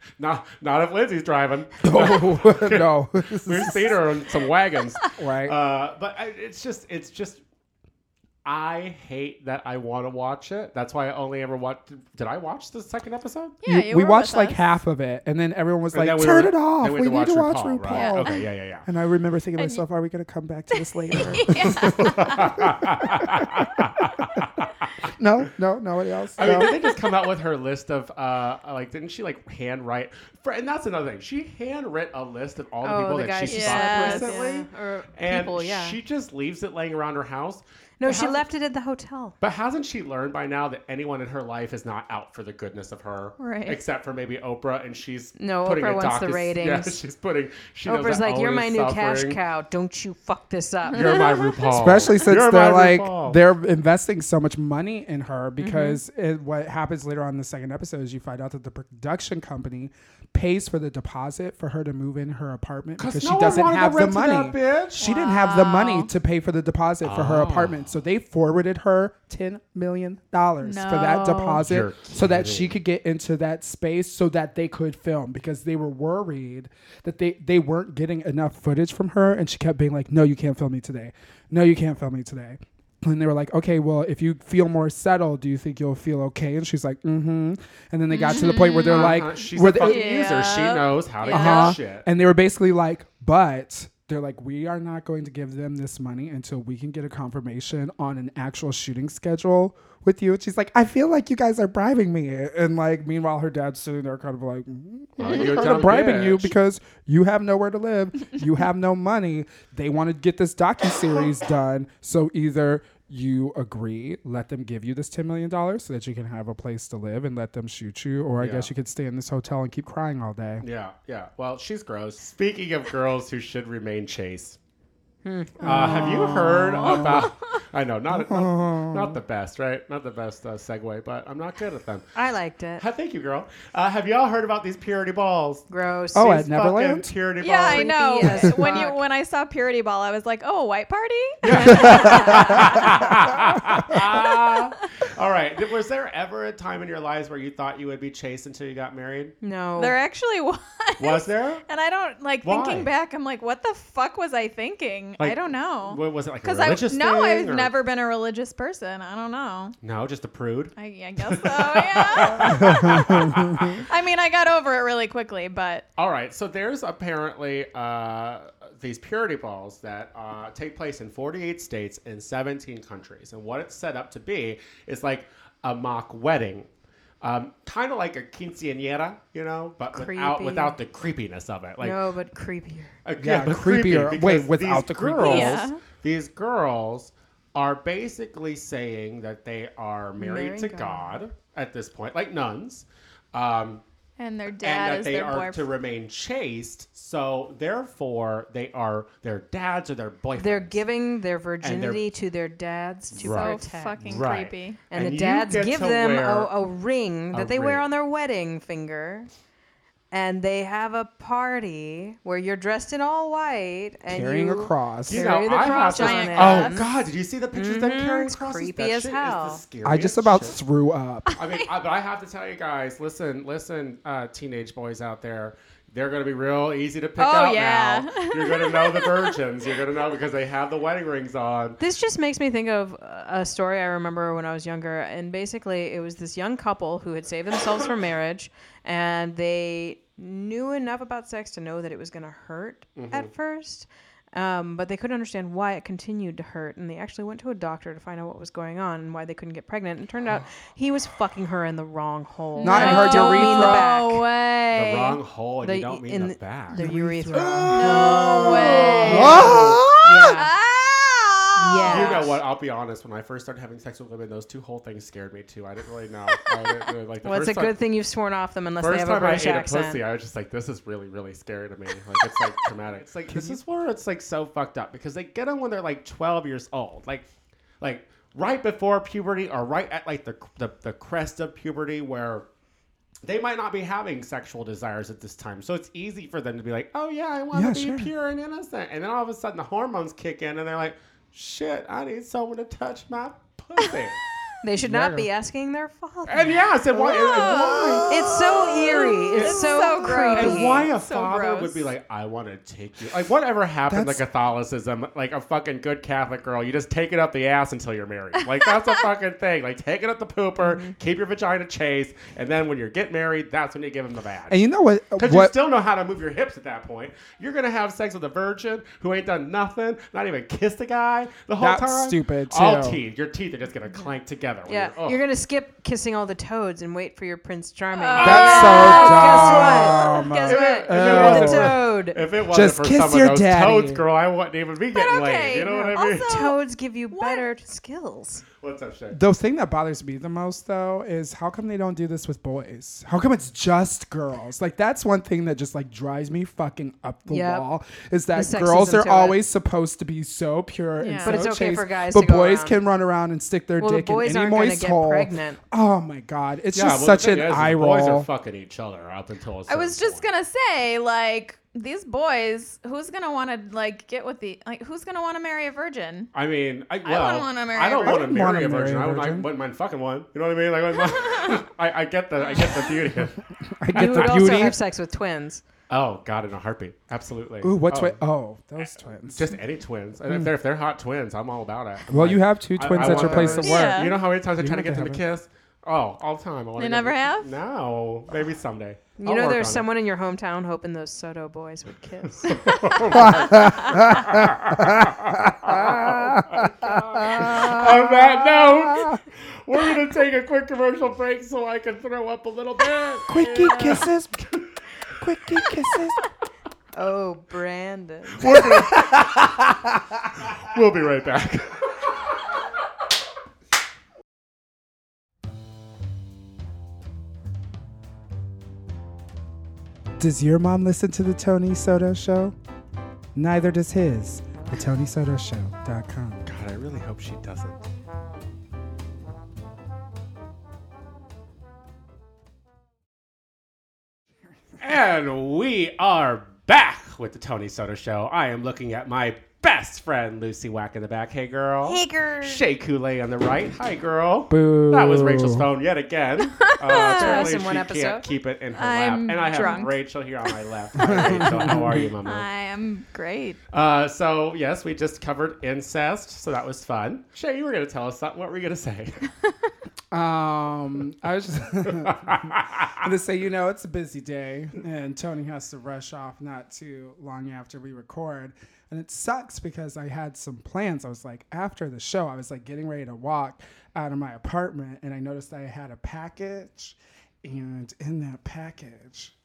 Speaker 1: not, not if Lindsay's driving.
Speaker 2: oh no,
Speaker 1: We've seen her on some wagons.
Speaker 2: right?
Speaker 1: Uh, but I, it's just, it's just. I hate that I want to watch it. That's why I only ever watched. Did I watch the second episode?
Speaker 4: Yeah,
Speaker 2: You-
Speaker 4: you
Speaker 2: we
Speaker 4: were
Speaker 2: watched
Speaker 4: with
Speaker 2: like
Speaker 4: us.
Speaker 2: half of it, and then everyone was
Speaker 1: And
Speaker 2: like,
Speaker 1: then we
Speaker 2: "Turn
Speaker 1: were-
Speaker 2: it off!
Speaker 1: then
Speaker 2: We, need to watch RuPaul."
Speaker 1: right? Okay, yeah, yeah, yeah.
Speaker 2: And I remember thinking to myself, "Are we going to come back to this later?" no, no, nobody else.
Speaker 1: I mean,
Speaker 2: No.
Speaker 1: did they just come out with her list of uh, like? Didn't she like handwrite? For, and that's another thing. She handwrote a list of all the people
Speaker 3: oh, the
Speaker 1: that
Speaker 3: guy
Speaker 1: she
Speaker 3: she
Speaker 1: fucked
Speaker 4: slept
Speaker 3: slept with.
Speaker 1: recently,
Speaker 3: yeah, Or
Speaker 1: and
Speaker 3: people, yeah.
Speaker 1: she just leaves it laying around her house.
Speaker 3: no,
Speaker 1: But
Speaker 3: she
Speaker 1: hasn't-
Speaker 3: left it at the hotel.
Speaker 1: But hasn't she learned by now that anyone in her life is not out for the goodness of her,
Speaker 4: Right.
Speaker 1: Except for maybe Oprah, and she's
Speaker 3: No,
Speaker 1: putting
Speaker 3: Oprah
Speaker 1: a
Speaker 3: wants the
Speaker 1: docu- Yeah,
Speaker 3: ratings.
Speaker 1: she's putting. She knows
Speaker 3: Oprah's
Speaker 1: that
Speaker 3: like, you're
Speaker 1: Owen
Speaker 3: my
Speaker 1: is
Speaker 3: new cash
Speaker 1: suffering.
Speaker 3: cow. Don't you fuck this up.
Speaker 1: You're my RuPaul.
Speaker 2: Especially since
Speaker 1: You're
Speaker 2: they're
Speaker 1: my
Speaker 2: like
Speaker 1: RuPaul.
Speaker 2: they're investing so much money in her because it, what happens later on in the second episode is you find out that the production company pays for the deposit for her to move in her apartment because
Speaker 1: no
Speaker 2: she
Speaker 1: one
Speaker 2: doesn't
Speaker 1: wanted to
Speaker 2: have the
Speaker 1: rent to that
Speaker 2: money.
Speaker 1: bitch.
Speaker 2: She didn't have the money to pay for the deposit for her apartment, so they forwarded her ten million dollars for that
Speaker 4: No.
Speaker 2: deposit
Speaker 1: You're
Speaker 2: so that she could get into that space so that they could film because they were worried that they they weren't getting enough footage from her and she kept being like no you can't film me today no you can't film me today and they were like, okay, well, if you feel more settled, do you think you'll feel okay? And she's like, mm hmm. And then they got to the point where they're like,
Speaker 1: Uh-huh, she's
Speaker 2: where
Speaker 1: a
Speaker 2: they-
Speaker 1: fucking user. She
Speaker 4: Yeah.
Speaker 1: knows how to
Speaker 2: uh-huh.
Speaker 1: get shit.
Speaker 2: and they were basically like, but they're like, we are not going to give them this money until we can get a confirmation on an actual shooting schedule with you. And she's like, I feel like you guys are bribing me. And like, meanwhile, her dad's sitting there kind of like, mm,
Speaker 1: Well,
Speaker 2: I'm
Speaker 1: you're
Speaker 2: kind
Speaker 1: dumb
Speaker 2: of bribing you
Speaker 1: bitch.
Speaker 2: because you have nowhere to live. You have no money. They want to get this docu series done. So either you agree, let them give you this ten million dollars so that you can have a place to live and let them shoot you, or I
Speaker 1: Yeah.
Speaker 2: guess you could stay in this hotel and keep crying all day.
Speaker 1: Yeah, yeah. Well, she's gross. Speaking of girls who should remain chase,
Speaker 3: Hmm.
Speaker 1: uh, have you heard about? I know, not, not not the best, right? Not the best uh, segue, but I'm not good at them.
Speaker 3: I liked it.
Speaker 1: Ha, thank you, girl. Uh, have y'all heard about these purity balls?
Speaker 3: Gross.
Speaker 2: Oh,
Speaker 1: These
Speaker 2: at Neverland?
Speaker 1: fucking purity
Speaker 4: Yeah, I
Speaker 1: balls.
Speaker 4: know.
Speaker 3: Creepy as
Speaker 4: when you
Speaker 3: fuck.
Speaker 4: when I saw Purity Ball, I was like, oh, white party.
Speaker 1: All right. Th- Was there ever a time in your lives where you thought you would be chased until you got married?
Speaker 3: No.
Speaker 4: There actually was.
Speaker 1: Was there?
Speaker 4: And I don't like
Speaker 1: Why?
Speaker 4: thinking back. I'm like, what the fuck was I thinking?
Speaker 1: Like,
Speaker 4: I don't know.
Speaker 1: What was it like? a
Speaker 4: Because I
Speaker 1: religious
Speaker 4: no,
Speaker 1: thing,
Speaker 4: I've
Speaker 1: or-
Speaker 4: never been a religious person. I don't know.
Speaker 1: No, just a prude.
Speaker 4: I, I guess so. Yeah. I mean, I got over it really quickly, but
Speaker 1: All right, so there's apparently uh, these purity balls that uh, take place in 48 states and 17 countries, and what it's set up to be is like a mock wedding, um, kind of like a quinceañera, you know, but without
Speaker 3: Creepy.
Speaker 1: without the creepiness of it. Like,
Speaker 3: no, but creepier.
Speaker 1: uh,
Speaker 2: Yeah,
Speaker 1: but
Speaker 2: creepier.
Speaker 1: creepy
Speaker 2: Wait,
Speaker 1: because
Speaker 2: without
Speaker 1: these
Speaker 2: the creepiness.
Speaker 1: girls,
Speaker 4: Yeah.
Speaker 1: These girls are basically saying that they are married
Speaker 3: Marrying
Speaker 1: to
Speaker 3: God.
Speaker 1: God at this point, like nuns. Um,
Speaker 4: and their
Speaker 1: and
Speaker 4: dad
Speaker 1: that
Speaker 4: is
Speaker 1: they
Speaker 4: their
Speaker 1: are
Speaker 4: boyfriend.
Speaker 1: to remain chaste. So therefore, they are their dads or their boyfriends.
Speaker 3: They're giving their virginity to their dads to
Speaker 1: Right.
Speaker 4: so
Speaker 3: protect.
Speaker 4: fucking
Speaker 1: Right.
Speaker 4: creepy.
Speaker 3: and,
Speaker 1: you
Speaker 3: the dads
Speaker 1: get
Speaker 3: give
Speaker 1: to
Speaker 3: them
Speaker 1: wear-
Speaker 3: a, a ring that
Speaker 1: a
Speaker 3: they wear
Speaker 1: ring.
Speaker 3: on their wedding finger and they have a party where you're dressed in all white and
Speaker 2: Carrying
Speaker 3: you
Speaker 2: a cross.
Speaker 1: You
Speaker 3: carry
Speaker 1: know,
Speaker 3: the
Speaker 1: I
Speaker 3: cross
Speaker 1: have to-
Speaker 3: on it.
Speaker 1: oh God! Did you see the pictures that
Speaker 3: Mhm.
Speaker 1: carrying
Speaker 3: It's
Speaker 1: crosses?
Speaker 3: creepy
Speaker 1: That
Speaker 3: as
Speaker 1: shit
Speaker 3: hell.
Speaker 1: Is the
Speaker 2: I just about
Speaker 1: scariest shit.
Speaker 2: threw up.
Speaker 1: I mean, I, but I have to tell you guys, listen, listen, uh, teenage boys out there, they're going to be real easy to pick
Speaker 4: Oh,
Speaker 1: out
Speaker 4: yeah.
Speaker 1: now. You're going to know the virgins. You're going to know because they have the wedding rings on.
Speaker 3: This just makes me think of a story I remember when I was younger. And basically, it was this young couple who had saved themselves for marriage and they knew enough about sex to know that it was going to hurt
Speaker 1: Mm-hmm.
Speaker 3: at first. Um, but they couldn't understand why it continued to hurt. And they actually went to a doctor to find out what was going on and why they couldn't get pregnant. And it turned out he was fucking her in the wrong hole.
Speaker 2: Not in
Speaker 3: I
Speaker 2: her
Speaker 3: don't mean the
Speaker 2: urethra.
Speaker 3: back.
Speaker 4: No way.
Speaker 1: The wrong hole, and you don't mean
Speaker 3: in
Speaker 1: the back.
Speaker 3: The urethra.
Speaker 4: No way.
Speaker 3: Yeah.
Speaker 4: Ah!
Speaker 3: Yeah.
Speaker 1: You know what? I'll be honest. When I first started having sex with women, those two whole things scared me too. I didn't really know. I didn't really- like the
Speaker 3: Well, it's a
Speaker 1: first
Speaker 3: good
Speaker 1: time-
Speaker 3: thing you've sworn off them unless they
Speaker 1: First
Speaker 3: have a
Speaker 1: time I
Speaker 3: British
Speaker 1: ate
Speaker 3: accent.
Speaker 1: a pussy, I was just like, "This is really, really scary to me. Like, it's like traumatic. It's like this is where it's like so fucked up because they get them when they're like 12 years old, like, like right before puberty or right at like the the, the crest of puberty where they might not be having sexual desires at this time. So it's easy for them to be like, oh, yeah, I want to
Speaker 2: Yeah,
Speaker 1: be
Speaker 2: sure.
Speaker 1: pure and innocent. And then all of a sudden the hormones kick in and they're like, shit, I need someone to touch my pussy.
Speaker 3: They should not be asking their father.
Speaker 1: and yeah, I said, why? and- and why?
Speaker 3: It's so eerie. It's,
Speaker 4: It's
Speaker 3: so,
Speaker 4: so gross.
Speaker 3: creepy.
Speaker 1: And why a
Speaker 4: So
Speaker 1: father
Speaker 4: gross.
Speaker 1: would be like, I want to take you. Like, whatever happened
Speaker 2: That's-
Speaker 1: to Catholicism, like a fucking good Catholic girl, you just take it up the ass until you're married. Like, that's a fucking thing. Like, take it up the pooper,
Speaker 2: Mm-hmm.
Speaker 1: keep your vagina chaste, and then when you get married, that's when you give him the bad.
Speaker 2: And you know what?
Speaker 1: Because you
Speaker 2: What?
Speaker 1: still know how to move your hips at that point. You're going to have sex with a virgin who ain't done nothing, not even kissed a guy the whole
Speaker 2: That's
Speaker 1: time.
Speaker 2: stupid,
Speaker 1: All
Speaker 2: too.
Speaker 1: teeth. Your teeth are just going to clank together. when
Speaker 3: Yeah,
Speaker 1: ugh.
Speaker 3: you're gonna skip kissing all the toads and wait for your Prince Charming.
Speaker 2: That's so dumb.
Speaker 3: Guess
Speaker 1: If
Speaker 3: what?
Speaker 1: it- if it
Speaker 3: You're the
Speaker 1: wasn't for-
Speaker 3: toad.
Speaker 1: If it wasn't
Speaker 2: Just
Speaker 1: for
Speaker 2: kiss
Speaker 1: some
Speaker 2: your
Speaker 1: of those
Speaker 2: daddy.
Speaker 1: toads, girl, I wouldn't even be getting laid.
Speaker 4: okay,
Speaker 1: You know what I mean?
Speaker 4: also-
Speaker 3: toads give you better skills.
Speaker 1: What's up, Shay?
Speaker 2: The thing that bothers me the most, though, is how come they don't do this with boys? How come it's just girls? Like that's one thing that just like drives me fucking up the
Speaker 3: Yep.
Speaker 2: wall. Is that
Speaker 3: The
Speaker 2: girls
Speaker 3: sexism
Speaker 2: are
Speaker 3: to it.
Speaker 2: always supposed to be so pure and
Speaker 4: Yeah.
Speaker 2: so
Speaker 4: But
Speaker 3: it's okay
Speaker 2: chaste,
Speaker 3: for guys
Speaker 2: But
Speaker 3: to go
Speaker 2: boys
Speaker 3: around.
Speaker 2: can run around and stick their
Speaker 3: Well, the
Speaker 2: dick
Speaker 3: boys
Speaker 2: in any
Speaker 3: aren't gonna
Speaker 2: moist
Speaker 3: get
Speaker 2: hole.
Speaker 3: pregnant.
Speaker 2: Oh my god, it's
Speaker 1: Yeah, well,
Speaker 2: just
Speaker 1: the
Speaker 2: such
Speaker 1: thing
Speaker 2: an
Speaker 1: is, is
Speaker 2: eye
Speaker 1: the
Speaker 2: roll.
Speaker 1: Boys are fucking each other up until a
Speaker 4: I was
Speaker 1: certain
Speaker 4: just
Speaker 1: point.
Speaker 4: gonna say, like, these boys, who's gonna want to like get with the like, who's gonna want to marry a virgin?
Speaker 1: I mean, I,
Speaker 4: wouldn't
Speaker 1: well,
Speaker 4: wanna marry
Speaker 1: I
Speaker 4: a
Speaker 1: don't want
Speaker 4: virgin.
Speaker 1: to
Speaker 2: I wouldn't
Speaker 1: marry a virgin.
Speaker 2: wanna
Speaker 1: I
Speaker 2: marry a
Speaker 1: wouldn't mind-
Speaker 2: virgin.
Speaker 1: wouldn't mind fucking one. You know what I mean? Like, I, wouldn't mind- I, I get the, I get the beauty.
Speaker 2: I
Speaker 3: You
Speaker 2: get
Speaker 3: would
Speaker 2: the
Speaker 3: also
Speaker 2: beauty.
Speaker 3: have sex with twins.
Speaker 1: Oh God, in a heartbeat, absolutely.
Speaker 2: Ooh, what
Speaker 1: oh,
Speaker 2: twin? Oh, those twins.
Speaker 1: Just any twins. And If they're if they're hot twins, I'm all about it.
Speaker 2: well, you have two
Speaker 1: I-
Speaker 2: twins
Speaker 1: I
Speaker 2: at your
Speaker 1: want
Speaker 2: place of
Speaker 1: those.
Speaker 2: work.
Speaker 4: Yeah.
Speaker 1: You know how many times I
Speaker 2: You
Speaker 1: try to
Speaker 2: never
Speaker 1: get them to
Speaker 2: have
Speaker 1: kiss? Oh, all the time. I wanna
Speaker 4: They
Speaker 1: get
Speaker 4: never
Speaker 1: them-
Speaker 4: have?
Speaker 1: No, maybe someday.
Speaker 3: You
Speaker 1: I'll
Speaker 3: know,
Speaker 1: work
Speaker 3: there's
Speaker 1: on it.
Speaker 3: someone in your hometown hoping those Soto boys would kiss.
Speaker 1: On that note, we're gonna take a quick commercial break so I can throw up a little bit.
Speaker 2: Quickie kisses. Quickie kisses.
Speaker 3: oh, Brandon.
Speaker 1: We'll be right back.
Speaker 2: Does your mom listen to the Tony Soto show? Neither does his. The TonySotoShow.com.
Speaker 1: God, I really hope she doesn't. And we are back with the Tony Soto Show. I am looking at my best friend Lucy Wack in the back. Hey, girl.
Speaker 6: Hey, girl.
Speaker 1: Shay Coulee on the right. Hi, girl.
Speaker 2: Boo.
Speaker 1: That was Rachel's phone yet again. Uh, apparently
Speaker 3: in one
Speaker 1: she
Speaker 3: episode.
Speaker 1: can't keep it in her
Speaker 4: I'm
Speaker 1: lap. And I have
Speaker 4: drunk.
Speaker 1: Rachel here on my left. Hi, Rachel. How are you, Mama?
Speaker 4: I am great.
Speaker 1: Uh, so yes, we just covered incest, so that was fun. Shay, you were gonna tell us something. What were you gonna say?
Speaker 2: Um, I was just gonna say, you know, it's a busy day, and Tony has to rush off not too long after we record, and it sucks because I had some plans. I was like, after the show, I was like getting ready to walk out of my apartment, and I noticed that I had a package, and in that package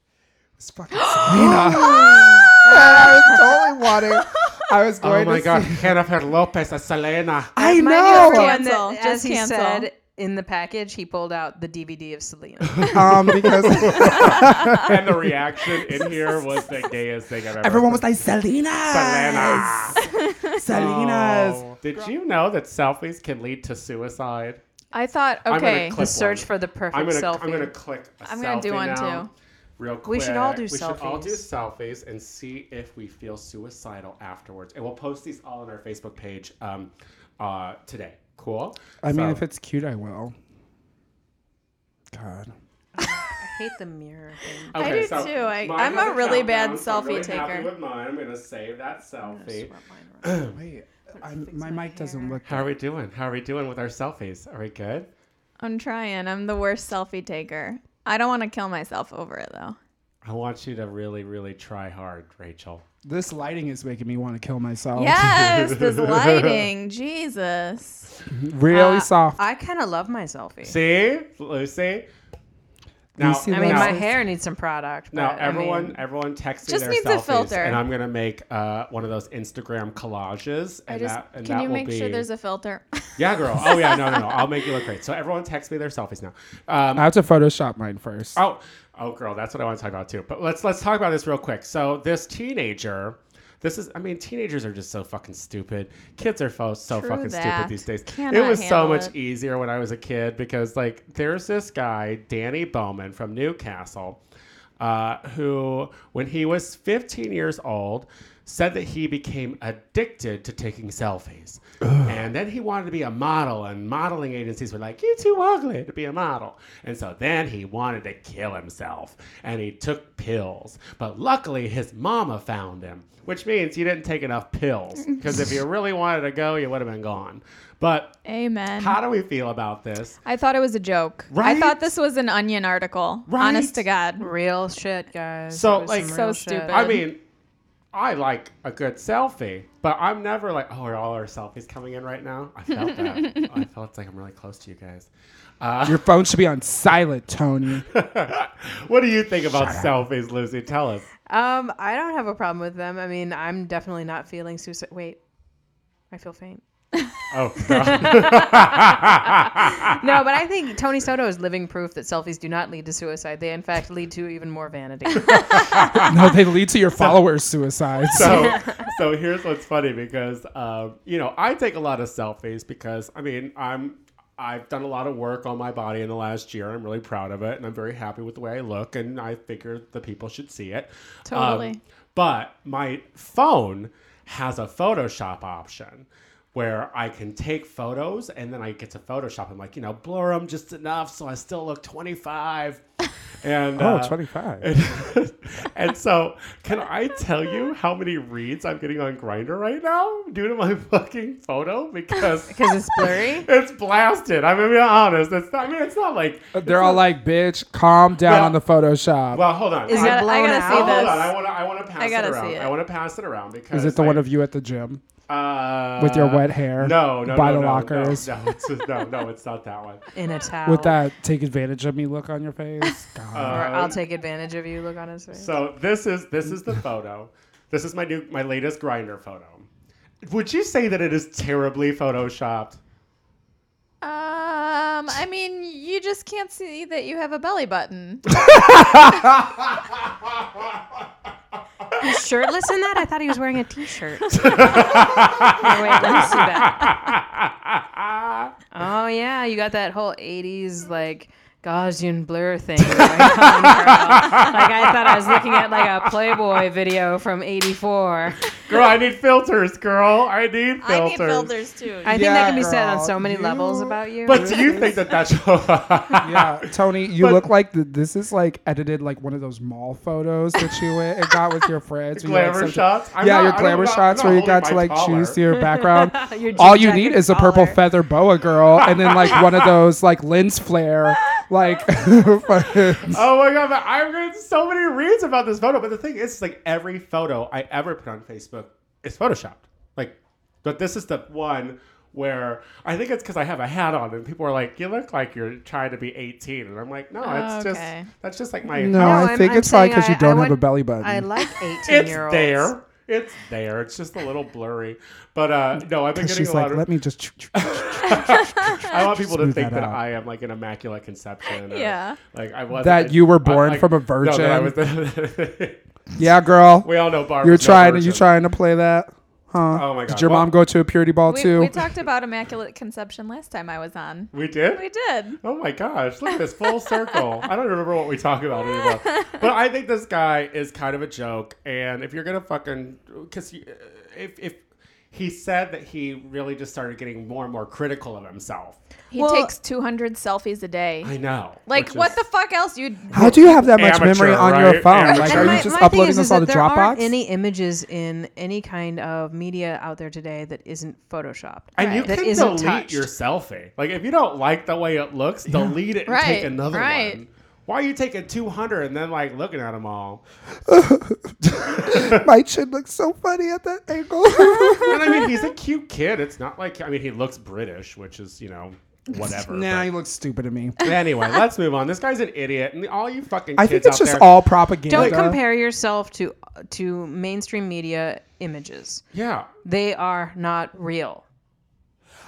Speaker 2: was fucking Selena. and I was totally wanting. I was
Speaker 1: oh
Speaker 2: going
Speaker 1: my
Speaker 2: to
Speaker 1: God,
Speaker 2: see-
Speaker 1: Jennifer Lopez as Selena.
Speaker 2: I
Speaker 3: Mine
Speaker 2: know.
Speaker 3: is the one that,
Speaker 4: Cancel.
Speaker 3: as
Speaker 4: Just
Speaker 3: he
Speaker 4: cancel.
Speaker 3: said in the package, he pulled out the DVD of Selena.
Speaker 2: um, because.
Speaker 1: and the reaction in here was the gayest thing I've ever.
Speaker 2: Everyone was like, Selena.
Speaker 1: Selena.
Speaker 2: Selena's.
Speaker 1: Oh. Did you know that selfies can lead to suicide?
Speaker 4: I thought,
Speaker 1: I'm gonna
Speaker 4: okay,
Speaker 1: clip
Speaker 3: the
Speaker 1: one.
Speaker 3: search for the perfect
Speaker 1: I'm gonna,
Speaker 3: selfie.
Speaker 1: I'm gonna click. i
Speaker 4: I'm gonna do one, too.
Speaker 1: Real quick.
Speaker 3: We should all do
Speaker 1: We should all do
Speaker 3: selfies.
Speaker 1: selfies and see if we feel suicidal afterwards. And we'll post these all on our Facebook page um, uh, today. Cool.
Speaker 2: I mean,
Speaker 1: So-
Speaker 2: if it's cute, I will. God.
Speaker 3: I hate the mirror thing.
Speaker 4: I do too. I-
Speaker 1: mine
Speaker 4: I'm
Speaker 1: has
Speaker 4: a really bad
Speaker 1: countdown, so I'm
Speaker 4: selfie
Speaker 1: really happy
Speaker 4: taker.
Speaker 1: with mine. I'm gonna save that selfie.
Speaker 2: Wait, I'm, my mic doesn't look.
Speaker 1: How are we doing? How are we doing with our selfies? Are we good?
Speaker 4: I'm trying. I'm the worst selfie taker. I don't want to kill myself over it though.
Speaker 1: I want you to really, really try hard, Rachel.
Speaker 2: This lighting is making me want to kill myself.
Speaker 4: Yes, this lighting, Jesus.
Speaker 3: Uh,
Speaker 2: Really soft.
Speaker 3: I kind of love my selfie.
Speaker 1: See, Lucy. Now,
Speaker 2: Lucy
Speaker 3: I mean,
Speaker 2: No.
Speaker 1: now,
Speaker 3: my hair needs some product.
Speaker 1: now
Speaker 3: but, I
Speaker 1: everyone,
Speaker 3: mean,
Speaker 1: everyone text me
Speaker 4: Just
Speaker 1: their
Speaker 4: needs a
Speaker 1: selfies,
Speaker 4: filter.
Speaker 1: and I'm gonna make uh, one of those Instagram collages, and
Speaker 4: I just
Speaker 1: that, and
Speaker 4: can
Speaker 1: that
Speaker 4: you
Speaker 1: will
Speaker 4: make
Speaker 1: be.
Speaker 4: sure there's a filter?
Speaker 1: yeah, girl. Oh yeah, no, no, no. I'll make you look great. So everyone, text me their selfies now. Um,
Speaker 2: I have to Photoshop mine first.
Speaker 1: Oh, oh, girl, that's what I want to talk about too. But let's let's talk about this real quick. So this teenager, this is, I mean, teenagers are just so fucking stupid. Kids are fo- so
Speaker 4: True
Speaker 1: fucking
Speaker 4: that.
Speaker 1: stupid these days.
Speaker 4: Cannot
Speaker 1: it was so
Speaker 4: handle
Speaker 1: much
Speaker 4: it.
Speaker 1: easier when I was a kid because like there's this guy Danny Bowman from Newcastle, uh, who when he was 15 years old. Said that he became addicted to taking selfies. And then he wanted to be a model, and modeling agencies were like, You're too ugly to be a model. And so then he wanted to kill himself, and he took pills. But luckily, his mama found him, which means you didn't take enough pills. Because if you really wanted to go, you would have been gone. But
Speaker 4: Amen.
Speaker 1: how do we feel about this?
Speaker 4: I thought it was a joke.
Speaker 1: Right?
Speaker 4: I thought this was an onion article.
Speaker 1: Right?
Speaker 4: Honest to God.
Speaker 3: real shit, guys.
Speaker 1: So,
Speaker 3: It was
Speaker 1: like-
Speaker 3: some
Speaker 4: So
Speaker 3: real shit.
Speaker 4: stupid.
Speaker 1: I mean, I like a good selfie, but I'm never like, oh, are all our selfies coming in right now? I felt that. I felt like I'm really close to you guys.
Speaker 2: Your phone should be on silent, Tony.
Speaker 1: what do you think about selfies, Lucy? Tell us.
Speaker 3: Um, I don't have a problem with them. I mean, I'm definitely not feeling suicide. Wait, I feel faint.
Speaker 1: Oh, God.
Speaker 3: No, but I think Tony Soto is living proof that selfies do not lead to suicide. They, in fact, lead to even more vanity.
Speaker 2: no, they lead to your followers' suicides.
Speaker 1: so uh, so here's what's funny because um, you know I take a lot of selfies because I mean I'm I've done a lot of work on my body in the last year. I'm really proud of it, and I'm very happy with the way I look. And I figure the people should see it. Um,
Speaker 4: Totally.
Speaker 1: but my phone has a Photoshop option. where I can take photos and then I get to Photoshop. I'm like, you know, blur them just enough so I still look 25. And
Speaker 7: Oh,
Speaker 1: uh,
Speaker 7: 25.
Speaker 1: and, and so, can I tell you how many reads I'm getting on Grinder right now due to my fucking photo? Because
Speaker 4: because it's blurry.
Speaker 1: it's blasted. I'm gonna be honest. It's not, I mean, it's not like
Speaker 2: Uh, They're all like, bitch, calm down
Speaker 1: Well-
Speaker 2: on the Photoshop.
Speaker 1: Well, hold on. I,
Speaker 3: Is it
Speaker 4: I gotta, I
Speaker 3: blown
Speaker 4: gotta
Speaker 3: out?
Speaker 4: see
Speaker 1: hold
Speaker 4: this.
Speaker 1: on. I want to. I want to pass
Speaker 4: gotta
Speaker 1: it
Speaker 4: see
Speaker 1: around.
Speaker 4: it.
Speaker 1: I want to pass it around because
Speaker 2: Is it the
Speaker 1: I-
Speaker 2: one of you at the gym?
Speaker 1: uh,
Speaker 2: with your wet hair
Speaker 1: No, no,
Speaker 2: by
Speaker 1: no,
Speaker 2: the
Speaker 1: no,
Speaker 2: lockers?
Speaker 1: No, no, it's, no, no, it's not that one.
Speaker 4: In a towel.
Speaker 2: With that take advantage of me look on your face? God.
Speaker 4: Or um,
Speaker 1: Uh,
Speaker 4: I'll take advantage of you. Look on his face.
Speaker 1: So this is this is the photo. This is my new my latest grinder photo. Would you say that it is terribly photoshopped?
Speaker 4: Um, I mean, you just can't see that you have a belly button.
Speaker 3: He's shirtless in that? I thought he was wearing a t-shirt.
Speaker 4: Oh, wait, let me see that.
Speaker 1: That's
Speaker 4: Oh yeah, you got that whole '80s like Gaussian blur thing. Going on, girl. like I thought I was looking at like a Playboy video from '84.
Speaker 1: Girl, I need filters, girl. I need filters.
Speaker 4: I think that
Speaker 2: Yeah,
Speaker 4: can be said on
Speaker 2: girl,
Speaker 4: so many
Speaker 2: you-
Speaker 4: levels about you.
Speaker 1: But do you think that that's
Speaker 2: yeah, Tony, you
Speaker 1: But-
Speaker 2: look like th- this is like edited like one of those mall photos that you went and got with your friends. where you, like,
Speaker 1: glamour
Speaker 2: sometimes-
Speaker 1: shots? I'm
Speaker 2: yeah,
Speaker 1: not-
Speaker 2: your
Speaker 1: I'm
Speaker 2: glamour
Speaker 1: not- I'm
Speaker 2: shots
Speaker 1: not
Speaker 2: where you
Speaker 1: holding
Speaker 2: got to
Speaker 1: my
Speaker 2: like choose
Speaker 1: collar.
Speaker 2: your background.
Speaker 4: Your jean
Speaker 2: All you
Speaker 4: jacket
Speaker 2: need is a purple
Speaker 4: collar.
Speaker 2: feather boa, girl, and then like one of those like lens flare, like. fucking-
Speaker 1: Oh my god, but I've read so many reads about this photo. But the thing is, like every photo I ever put on Facebook is photoshopped. Like, but this is the one where I think it's because I have a hat on, and people are like, "You look like you're trying to be 18," and I'm like, "No, it's
Speaker 4: Okay.
Speaker 1: just that's just like my
Speaker 2: no,
Speaker 3: I'm-
Speaker 2: I think
Speaker 3: I'm
Speaker 2: it's probably
Speaker 3: saying
Speaker 2: because you
Speaker 3: I- I
Speaker 2: don't have a
Speaker 3: would-
Speaker 2: belly button.
Speaker 3: I like
Speaker 1: it's
Speaker 3: 18-year-olds.
Speaker 1: there." It's there. It's just a little blurry, but uh, no, I've been
Speaker 2: 'Cause
Speaker 1: getting
Speaker 2: she's
Speaker 1: a lot
Speaker 2: like,
Speaker 1: of.
Speaker 2: let me just.
Speaker 1: I want people to
Speaker 2: smooth
Speaker 1: think
Speaker 2: that
Speaker 1: that,
Speaker 2: out.
Speaker 1: I am like an immaculate conception. or,
Speaker 4: Yeah.
Speaker 1: like I was
Speaker 2: That you were born from a
Speaker 1: No, that I
Speaker 2: virgin.
Speaker 1: was-
Speaker 2: yeah, girl,
Speaker 1: we all know Barbara.
Speaker 2: you're trying. You trying to play that? Huh?
Speaker 1: Oh my God.
Speaker 2: Did your
Speaker 1: Well-
Speaker 2: mom go to a purity ball
Speaker 4: We,
Speaker 2: too?
Speaker 4: we talked about immaculate conception last time I was on.
Speaker 1: We did.
Speaker 4: We did.
Speaker 1: Oh my gosh, look at this full circle. I don't remember what we talk about anymore. But I think this guy is kind of a joke. And if you're going to fucking. Because if, if he said that he really just started getting more and more critical of himself.
Speaker 4: He
Speaker 3: Well-
Speaker 4: takes 200 selfies a day.
Speaker 1: I know.
Speaker 4: like,
Speaker 1: which
Speaker 4: what
Speaker 1: is-
Speaker 4: the fuck else? You
Speaker 2: How do you have that much
Speaker 1: Amateur,
Speaker 2: memory on
Speaker 1: right?
Speaker 2: your phone? Like,
Speaker 1: Amateur.
Speaker 2: are
Speaker 1: And
Speaker 2: you
Speaker 1: my-
Speaker 2: just
Speaker 3: thing
Speaker 2: uploading
Speaker 3: is-
Speaker 2: this
Speaker 3: is
Speaker 2: on the
Speaker 3: that there
Speaker 2: Dropbox?
Speaker 3: aren't any images in any kind of media out there today that isn't photoshopped.
Speaker 1: And you
Speaker 3: that
Speaker 1: can
Speaker 3: isn't
Speaker 1: delete
Speaker 3: touched.
Speaker 1: your selfie. Like, if you don't like the way it looks, delete it and take
Speaker 4: Right,
Speaker 1: another
Speaker 4: right.
Speaker 1: one. Why are you taking 200 and then, like, looking at them all?
Speaker 2: My chin looks so funny at that angle.
Speaker 1: And I mean, he's a cute kid. It's not like. I mean, he looks British, which is, you know, whatever.
Speaker 2: nah,
Speaker 1: but-
Speaker 2: you look stupid to me.
Speaker 1: anyway, let's move on. This guy's an idiot, and all you fucking kids
Speaker 2: I think it's
Speaker 1: out
Speaker 2: just
Speaker 1: there.
Speaker 2: all propaganda.
Speaker 1: uh,
Speaker 3: Don't compare yourself to to mainstream media images.
Speaker 1: yeah,
Speaker 3: They are not real.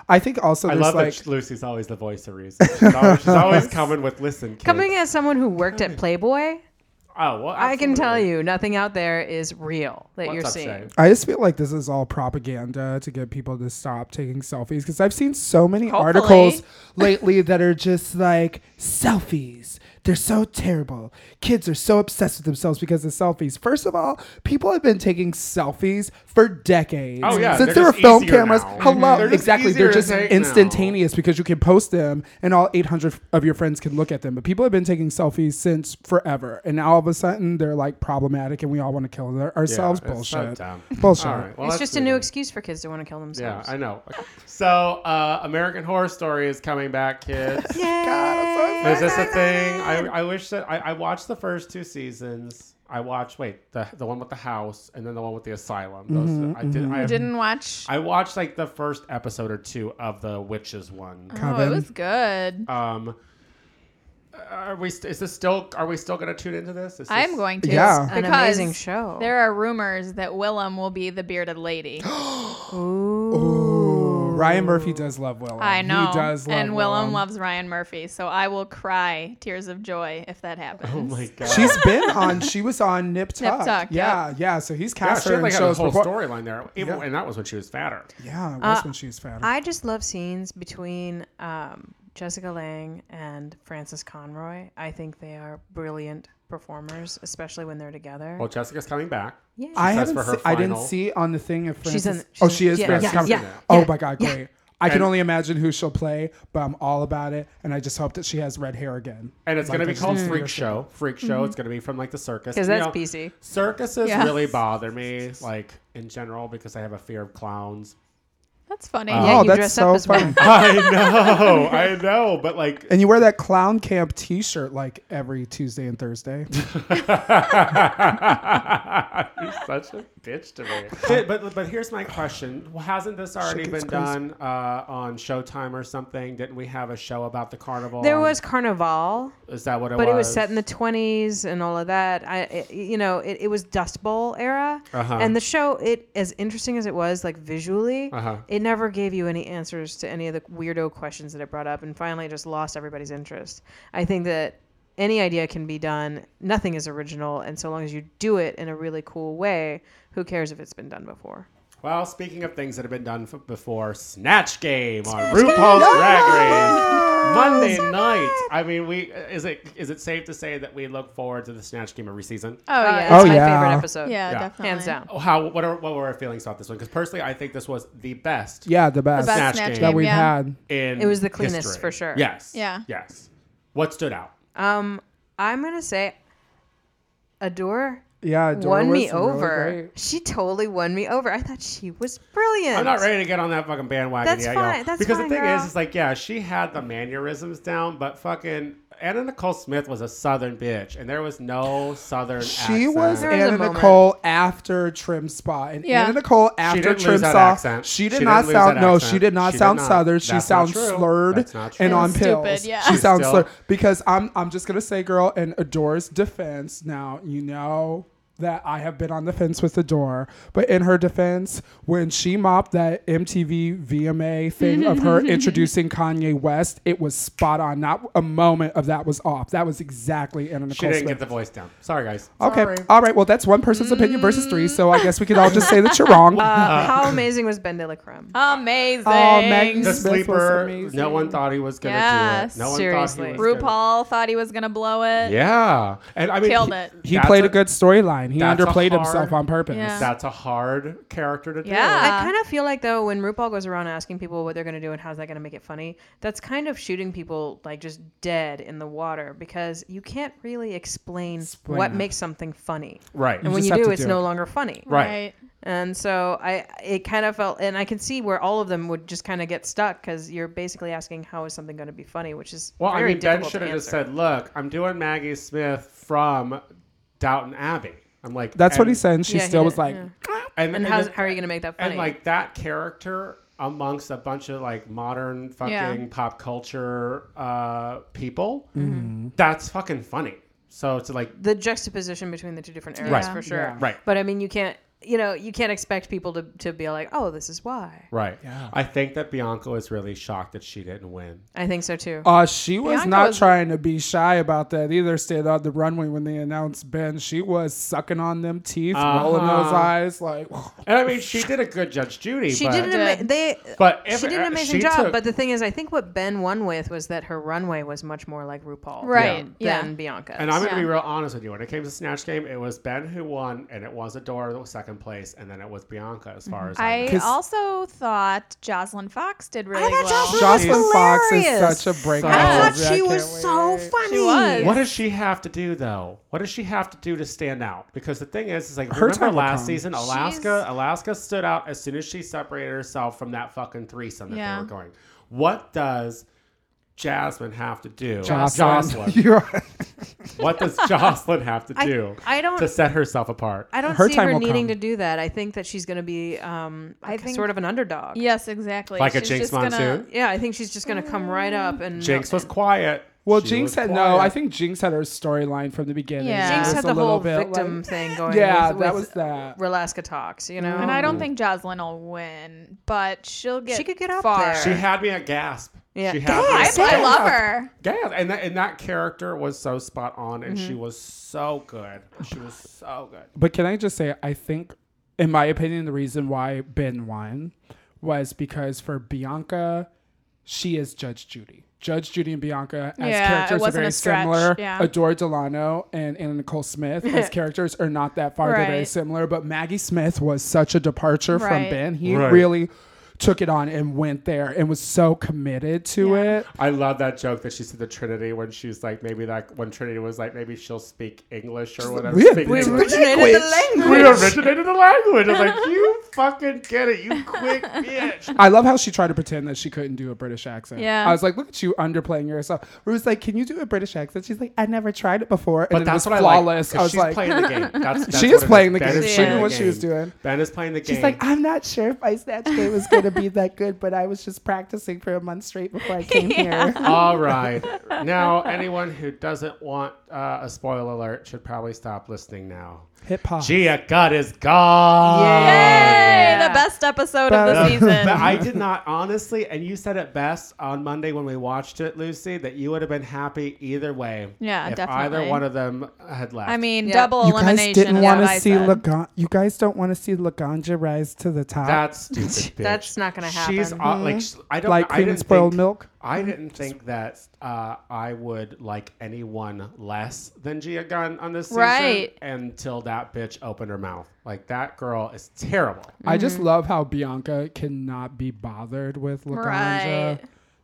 Speaker 2: I think also
Speaker 1: I
Speaker 2: there's
Speaker 1: love
Speaker 2: like
Speaker 1: that Lucy's always the voice of reason. She's always, she's always coming with listen. Kids.
Speaker 3: Coming as someone who worked at Playboy,
Speaker 1: oh well,
Speaker 3: I can tell
Speaker 1: absolutely.
Speaker 3: you nothing out there is real that
Speaker 1: What's
Speaker 3: you're
Speaker 1: up,
Speaker 3: seeing.
Speaker 1: Shay?
Speaker 2: I just feel like this is all propaganda to get people to stop taking selfies because I've seen so many articles lately that are just like selfies. They're so terrible. Kids are so obsessed with themselves because of selfies. First of all, people have been taking selfies for decades.
Speaker 1: Oh, yeah, they're
Speaker 2: since there were
Speaker 1: just
Speaker 2: film
Speaker 1: easier
Speaker 2: cameras.
Speaker 1: now.
Speaker 2: Hello,
Speaker 1: Mhm. They're just
Speaker 2: exactly.
Speaker 1: easier
Speaker 2: They're
Speaker 1: to
Speaker 2: just
Speaker 1: take now.
Speaker 2: instantaneous because you can post them and all 800 of your friends can look at them. But people have been taking selfies since forever, and now all of a sudden they're like problematic, and we all want to kill their- ourselves.
Speaker 1: Yeah, it's so
Speaker 2: Bullshit.
Speaker 1: dumb.
Speaker 2: Bullshit.
Speaker 1: All right, well,
Speaker 3: it's
Speaker 1: let's
Speaker 3: just a
Speaker 1: move
Speaker 3: new
Speaker 1: on.
Speaker 3: excuse for kids to want to kill
Speaker 1: Yeah,
Speaker 3: themselves.
Speaker 1: I know. So, uh, American Horror Story is coming back, kids. Is this a thing? I, I wish that I, I watched the first two seasons. I watched wait the the one with the house and then the one with the asylum. Those, I did. I,
Speaker 4: Mm-hmm, didn't watch.
Speaker 1: I watched like the first episode or two of the witches one.
Speaker 4: oh, it was good.
Speaker 1: Um, are we? St- is this still? Are we still going to tune into this? Is this-
Speaker 4: I'm going to.
Speaker 2: Yeah.
Speaker 3: An
Speaker 4: because
Speaker 3: amazing show.
Speaker 4: There are rumors that Willem will be the bearded lady.
Speaker 2: Ooh, Ryan Murphy does love Willem.
Speaker 4: I know.
Speaker 2: He does love
Speaker 4: and Willem, loves Ryan Murphy, so I will cry tears of joy if that happens.
Speaker 1: Oh my god!
Speaker 2: She's been on. She was on Nip Tuck.
Speaker 4: Tuck,
Speaker 2: yeah, yeah. So he's
Speaker 1: yeah,
Speaker 2: cast
Speaker 1: she
Speaker 2: her
Speaker 1: had
Speaker 2: in
Speaker 1: like a
Speaker 2: shows
Speaker 1: whole
Speaker 2: before.
Speaker 1: storyline there, even, and that was when she was fatter.
Speaker 2: Yeah,
Speaker 4: Uh,
Speaker 2: it was when she was fat.
Speaker 3: I just love scenes between um, Jessica Lang and Frances Conroy. I think they are brilliant performers, especially when they're together.
Speaker 1: Well, Jessica's coming back.
Speaker 3: yeah.
Speaker 2: I
Speaker 1: says
Speaker 2: haven't.
Speaker 1: for her
Speaker 2: se- I didn't
Speaker 1: final-
Speaker 2: see on the thing if Francis.
Speaker 3: She's in-
Speaker 2: oh,
Speaker 3: she's
Speaker 2: she
Speaker 3: in-
Speaker 2: is
Speaker 3: yeah,
Speaker 2: Frances
Speaker 3: yeah,
Speaker 2: Conrad.
Speaker 3: yeah,
Speaker 2: oh
Speaker 3: yeah,
Speaker 2: my god, great! I can
Speaker 1: And-
Speaker 2: only imagine who she'll play, but I'm all about it, and I just hope that she has red hair again.
Speaker 1: And it's
Speaker 2: Like,
Speaker 1: going to be
Speaker 2: I just
Speaker 1: called
Speaker 2: need to see her
Speaker 1: Freak
Speaker 2: sing.
Speaker 1: Show. Freak Show. It's going to be from like the circus.
Speaker 3: Mm-hmm. 'Cause
Speaker 1: You
Speaker 3: that's PC.
Speaker 1: Circuses
Speaker 4: Yeah.
Speaker 1: really bother me, like in general, because I have a fear of clowns.
Speaker 4: That's funny.
Speaker 3: Yeah,
Speaker 2: Oh,
Speaker 3: you
Speaker 2: that's
Speaker 3: dress
Speaker 2: so
Speaker 3: up as
Speaker 2: fun!
Speaker 3: one.
Speaker 1: I
Speaker 3: Oh,
Speaker 1: know, I know, but like
Speaker 2: and you wear that clown camp T-shirt like every Tuesday and Thursday.
Speaker 1: You're such a bitch to me. But, but but here's my question: Hasn't this already
Speaker 2: gets
Speaker 1: been
Speaker 2: crazy.
Speaker 1: done uh, on Showtime or something? Didn't we have a show about the carnival?
Speaker 3: There
Speaker 1: on-
Speaker 3: was Carnival,
Speaker 1: Is that what it
Speaker 3: but
Speaker 1: was?
Speaker 3: it was set in the 20s and all of that. I, it, you know, it, it was Dust Bowl era,
Speaker 1: Uh-huh.
Speaker 3: and the show, it as interesting as it was, like visually,
Speaker 1: Uh-huh.
Speaker 3: it never gave you any answers to any of the weirdo questions that it brought up, and finally, it just lost everybody's interest. I think that any idea can be done. Nothing is original, and so long as you do it in a really cool way, who cares if it's been done before?
Speaker 1: Well, speaking of things that have been done f- before, Snatch Game on RuPaul's Drag Race Monday night. I mean, we is it is it safe to say that we look forward to the Snatch Game every season?
Speaker 4: Oh
Speaker 3: Uh,
Speaker 4: yeah.
Speaker 3: it's
Speaker 2: Oh,
Speaker 3: my
Speaker 2: yeah.
Speaker 3: favorite episode.
Speaker 4: yeah,
Speaker 1: yeah.
Speaker 4: definitely.
Speaker 3: hands down.
Speaker 1: Oh, How what are, what were our feelings about this one? Because personally, I think this was the best
Speaker 2: yeah, the best,
Speaker 4: The best
Speaker 1: Snatch
Speaker 4: snatch,
Speaker 1: game.
Speaker 4: game,
Speaker 2: that we've
Speaker 4: yeah.
Speaker 2: had.
Speaker 1: in
Speaker 3: It was the cleanest
Speaker 1: history.
Speaker 3: for sure.
Speaker 1: Yes.
Speaker 4: Yeah.
Speaker 1: Yes. What stood out?
Speaker 3: Um, I'm gonna say, Adore
Speaker 2: Yeah, Dora
Speaker 3: won
Speaker 2: was really
Speaker 3: me over.
Speaker 2: great.
Speaker 3: she totally won me over. I thought she was brilliant.
Speaker 1: I'm not ready to get on that fucking bandwagon
Speaker 3: That's
Speaker 1: yet, y'all.
Speaker 3: fine, that's
Speaker 1: because
Speaker 3: fine,
Speaker 1: the thing is,
Speaker 3: girl.
Speaker 1: is like, yeah, she had the mannerisms down, but fucking Anna Nicole Smith was a Southern bitch, and there was no Southern.
Speaker 2: She
Speaker 1: accent.
Speaker 2: was
Speaker 3: There was a
Speaker 2: Anna
Speaker 3: moment.
Speaker 2: Nicole after Trim Spot, and
Speaker 4: Yeah.
Speaker 2: Anna Nicole after
Speaker 1: didn't lose
Speaker 2: Trim
Speaker 1: that
Speaker 2: Spot,
Speaker 1: accent.
Speaker 2: she
Speaker 1: She
Speaker 2: did
Speaker 1: didn't
Speaker 2: not
Speaker 1: lose
Speaker 2: sound
Speaker 1: that
Speaker 2: no,
Speaker 1: accent.
Speaker 2: she did not
Speaker 1: She did
Speaker 2: sound
Speaker 1: not.
Speaker 2: Southern. She
Speaker 1: That's not
Speaker 2: sounds
Speaker 1: true.
Speaker 2: slurred
Speaker 1: That's not true.
Speaker 2: and on
Speaker 4: And stupid,
Speaker 2: pills.
Speaker 4: yeah.
Speaker 2: She
Speaker 4: She's
Speaker 2: sounds
Speaker 1: still-
Speaker 2: slurred because I'm I'm just gonna say, girl, in Adore's defense, now you know. That I have been on the fence with Adore, but in her defense, when she mopped that MTV VMA thing of her introducing Kanye West, it was spot on. Not a moment of that was off. That was exactly Anna Nicole
Speaker 1: She didn't
Speaker 2: Smith.
Speaker 1: get the voice down. Sorry, guys.
Speaker 2: Okay.
Speaker 1: Sorry.
Speaker 2: All right. Well, that's one person's opinion versus three. So I guess we could all just say that you're wrong.
Speaker 3: Uh, how amazing was Ben De La Creme?
Speaker 4: Amazing.
Speaker 2: Oh, Magnus
Speaker 1: The
Speaker 2: This was
Speaker 1: sleeper.
Speaker 2: amazing.
Speaker 1: No one thought he was gonna
Speaker 4: Yes,
Speaker 1: do it. No one
Speaker 3: seriously.
Speaker 1: thought he was Gonna,
Speaker 4: RuPaul thought he was gonna blow it.
Speaker 1: yeah, and I mean,
Speaker 4: Killed
Speaker 1: he-
Speaker 4: it.
Speaker 2: he
Speaker 1: that's
Speaker 2: played a good storyline. He
Speaker 1: that's a
Speaker 2: underplayed
Speaker 1: hard-
Speaker 2: himself on purpose.
Speaker 4: Yeah.
Speaker 1: That's a hard character to do.
Speaker 4: Yeah.
Speaker 3: I kind of feel like though when RuPaul goes around asking people what they're going to do and how's that going to make it funny, that's kind of shooting people like just dead in the water because you can't really explain what
Speaker 2: it.
Speaker 3: makes something funny.
Speaker 1: Right.
Speaker 3: And when
Speaker 2: just
Speaker 3: you
Speaker 2: have
Speaker 3: do,
Speaker 2: to
Speaker 3: it's
Speaker 2: do
Speaker 3: no
Speaker 2: it.
Speaker 3: longer funny.
Speaker 1: Right.
Speaker 3: And so I, it kind of felt, and I can see where all of them would just kind of get stuck because you're basically asking how is something going to be funny, which is
Speaker 1: Well,
Speaker 3: very
Speaker 1: I mean, Ben
Speaker 3: difficult
Speaker 1: should
Speaker 3: to
Speaker 1: have just
Speaker 3: answer.
Speaker 1: said, "Look, I'm doing Maggie Smith from Downton Abbey." I'm like,
Speaker 2: That's what he
Speaker 1: and-
Speaker 2: said. And she
Speaker 3: Yeah, he
Speaker 2: still was
Speaker 3: did,
Speaker 2: like,
Speaker 3: yeah.
Speaker 1: And,
Speaker 3: And
Speaker 1: and
Speaker 3: how's,
Speaker 1: then-
Speaker 3: how are you going to make that funny?
Speaker 1: and like that character amongst a bunch of like modern fucking
Speaker 4: Yeah.
Speaker 1: pop culture uh, people,
Speaker 2: Mm-hmm.
Speaker 1: that's fucking funny. So it's like,
Speaker 3: the juxtaposition between the two different eras
Speaker 1: Right.
Speaker 3: for sure.
Speaker 2: Yeah.
Speaker 1: Right.
Speaker 3: But I mean, you can't, you know, you can't expect people to, to be like, oh, this is why.
Speaker 1: right?
Speaker 2: Yeah.
Speaker 1: I think that Bianca was really shocked that she didn't win.
Speaker 3: I think so too.
Speaker 2: uh, she was
Speaker 4: Bianca
Speaker 2: not
Speaker 4: was-
Speaker 2: trying to be shy about that either. Stayed on the runway when they announced Ben. She was sucking on them teeth, rolling
Speaker 1: Uh-huh.
Speaker 2: those eyes, like.
Speaker 1: And I mean, she did a good Judge Judy.
Speaker 3: she
Speaker 1: but,
Speaker 3: did an ama-
Speaker 4: Did.
Speaker 3: they
Speaker 1: But if-
Speaker 3: she did an
Speaker 1: uh,
Speaker 3: amazing
Speaker 1: she
Speaker 3: job.
Speaker 1: took-
Speaker 3: but the thing is, I think what Ben won with was that her runway was much more like RuPaul,
Speaker 4: Right,
Speaker 3: than,
Speaker 4: yeah.
Speaker 3: than Bianca's.
Speaker 1: And I'm going to
Speaker 4: Yeah.
Speaker 1: be real honest with you. When it came to Snatch Game, it was Ben who won, and it was Adora that was second place, and then it was Bianca as far as I, know.
Speaker 4: I also thought Jocelyn Fox did really
Speaker 3: thought
Speaker 4: well.
Speaker 3: Jocelyn-
Speaker 2: Jocelyn Fox is
Speaker 3: hilarious.
Speaker 2: such a breakout.
Speaker 1: I
Speaker 3: I
Speaker 1: thought
Speaker 3: thought
Speaker 2: Yeah, I
Speaker 3: she
Speaker 2: can't
Speaker 3: was
Speaker 2: wait.
Speaker 3: so funny.
Speaker 4: She was.
Speaker 1: What does she have to do though? What does she have to do to stand out? Because the thing is, is like
Speaker 2: Her time
Speaker 1: remember
Speaker 2: will
Speaker 1: last
Speaker 2: come.
Speaker 1: season, Alaska, Alaska stood out as soon as she separated herself from that fucking threesome that
Speaker 4: Yeah.
Speaker 1: they were going. What does Jasmine have to do?
Speaker 2: Jocelyn.
Speaker 1: Jocelyn.
Speaker 2: You're right.
Speaker 1: what does Jocelyn have to do
Speaker 3: I don't.
Speaker 1: to set herself apart?
Speaker 3: I don't
Speaker 2: Her
Speaker 3: see
Speaker 2: time
Speaker 3: her
Speaker 2: will
Speaker 3: needing
Speaker 2: come.
Speaker 3: to do that. I think that she's going to be, um,
Speaker 4: I
Speaker 3: like,
Speaker 4: think-
Speaker 3: sort of an underdog.
Speaker 4: Yes, exactly.
Speaker 1: Like a
Speaker 4: She's
Speaker 1: Jinx
Speaker 4: just gonna-
Speaker 1: Monsoon?
Speaker 3: Yeah, I think she's just going to come right up and
Speaker 1: Jinx was quiet.
Speaker 2: Well,
Speaker 1: She
Speaker 2: Jinx
Speaker 1: was
Speaker 2: had no.
Speaker 1: quiet.
Speaker 2: I think Jinx had her storyline from the beginning.
Speaker 4: Yeah.
Speaker 2: She
Speaker 3: Jinx
Speaker 2: was
Speaker 3: had
Speaker 2: a
Speaker 3: the
Speaker 2: little
Speaker 3: whole
Speaker 2: bit, like-
Speaker 3: victim thing going.
Speaker 2: Yeah,
Speaker 3: with,
Speaker 2: that
Speaker 3: with
Speaker 2: was that.
Speaker 3: Relaska talks, you know.
Speaker 4: And I don't think Jocelyn will win, but she'll get.
Speaker 3: She could get up
Speaker 4: far.
Speaker 3: there.
Speaker 1: She had me at gasp.
Speaker 3: Yeah.
Speaker 1: She had me
Speaker 4: I,
Speaker 1: at
Speaker 4: I love her.
Speaker 1: gasp. And that, and that character was so spot on, and
Speaker 3: Mm-hmm.
Speaker 1: she was so good. She was so good.
Speaker 2: But can I just say, I think, in my opinion, the reason why Ben won was because for Bianca, she is Judge Judy. Judge Judy and Bianca
Speaker 4: Yeah,
Speaker 2: as
Speaker 4: it
Speaker 2: characters are
Speaker 4: wasn't
Speaker 2: very
Speaker 4: a stretch,
Speaker 2: similar.
Speaker 4: yeah.
Speaker 2: Adore Delano and Anna Nicole Smith as characters are not that far. They're very
Speaker 4: Right.
Speaker 2: similar. But Maggie Smith was such a departure from
Speaker 4: Right.
Speaker 2: Ben. He
Speaker 1: Right.
Speaker 2: really took it on and went there and was so committed to it.
Speaker 1: I love that joke that she said the Trinity when she's like maybe that when Trinity was like maybe she'll speak English or whatever.
Speaker 2: we
Speaker 1: speak
Speaker 2: originated
Speaker 1: English.
Speaker 3: Originated the language.
Speaker 1: We originated the language. I was like, you fucking get it, you quick bitch.
Speaker 2: I love how she tried to pretend that she couldn't do a British accent.
Speaker 4: Yeah.
Speaker 2: I was like, look at you underplaying yourself. Rue's like, can you do a British accent? She's like, I never tried it before. And
Speaker 1: But
Speaker 2: then
Speaker 1: that's
Speaker 2: it
Speaker 1: what
Speaker 2: was
Speaker 1: I like.
Speaker 2: flawless.
Speaker 1: 'cause
Speaker 2: was
Speaker 1: she's
Speaker 2: like,
Speaker 1: playing the game. That's, that's
Speaker 2: She
Speaker 1: what
Speaker 2: is
Speaker 1: it
Speaker 2: playing the
Speaker 1: Ben
Speaker 2: game.
Speaker 1: is
Speaker 2: She
Speaker 1: playing
Speaker 2: knew
Speaker 1: the
Speaker 2: what she was
Speaker 1: game.
Speaker 2: doing.
Speaker 1: Ben is playing the game.
Speaker 2: She's like, I'm not sure if my snatch game is going to be that good, but I was just practicing for a month straight before I came here.
Speaker 1: All right. Now, anyone who doesn't want uh, a spoiler alert should probably stop listening now.
Speaker 2: Hip hop.
Speaker 1: Gia God is gone.
Speaker 4: Yay! The best episode of the
Speaker 2: Best-
Speaker 4: season.
Speaker 1: But I did not honestly, and you said it best on Monday when we watched it, Lucy, that you would have been happy either way.
Speaker 4: Yeah,
Speaker 1: if Either
Speaker 4: definitely.
Speaker 1: one of them had left.
Speaker 4: I mean,
Speaker 3: Yeah.
Speaker 4: double
Speaker 2: You guys
Speaker 4: elimination.
Speaker 2: didn't
Speaker 4: is
Speaker 2: want
Speaker 4: what
Speaker 2: to
Speaker 4: I
Speaker 2: see
Speaker 4: said.
Speaker 2: Lagan. You guys don't want to see Laganja rise to the top,
Speaker 1: that's stupid. Bitch.
Speaker 3: That's not gonna
Speaker 1: She's
Speaker 3: happen. Hmm.
Speaker 1: aw- like sh- I don't
Speaker 2: like
Speaker 1: I
Speaker 2: cream and
Speaker 1: didn't
Speaker 2: spoiled
Speaker 1: think-
Speaker 2: milk.
Speaker 1: I didn't think that uh, I would like anyone less than Gia Gunn on this season
Speaker 4: Right.
Speaker 1: until that bitch opened her mouth. Like that girl is terrible.
Speaker 2: I
Speaker 3: Mm-hmm.
Speaker 2: just love how Bianca cannot be bothered with Laganja.
Speaker 4: Right.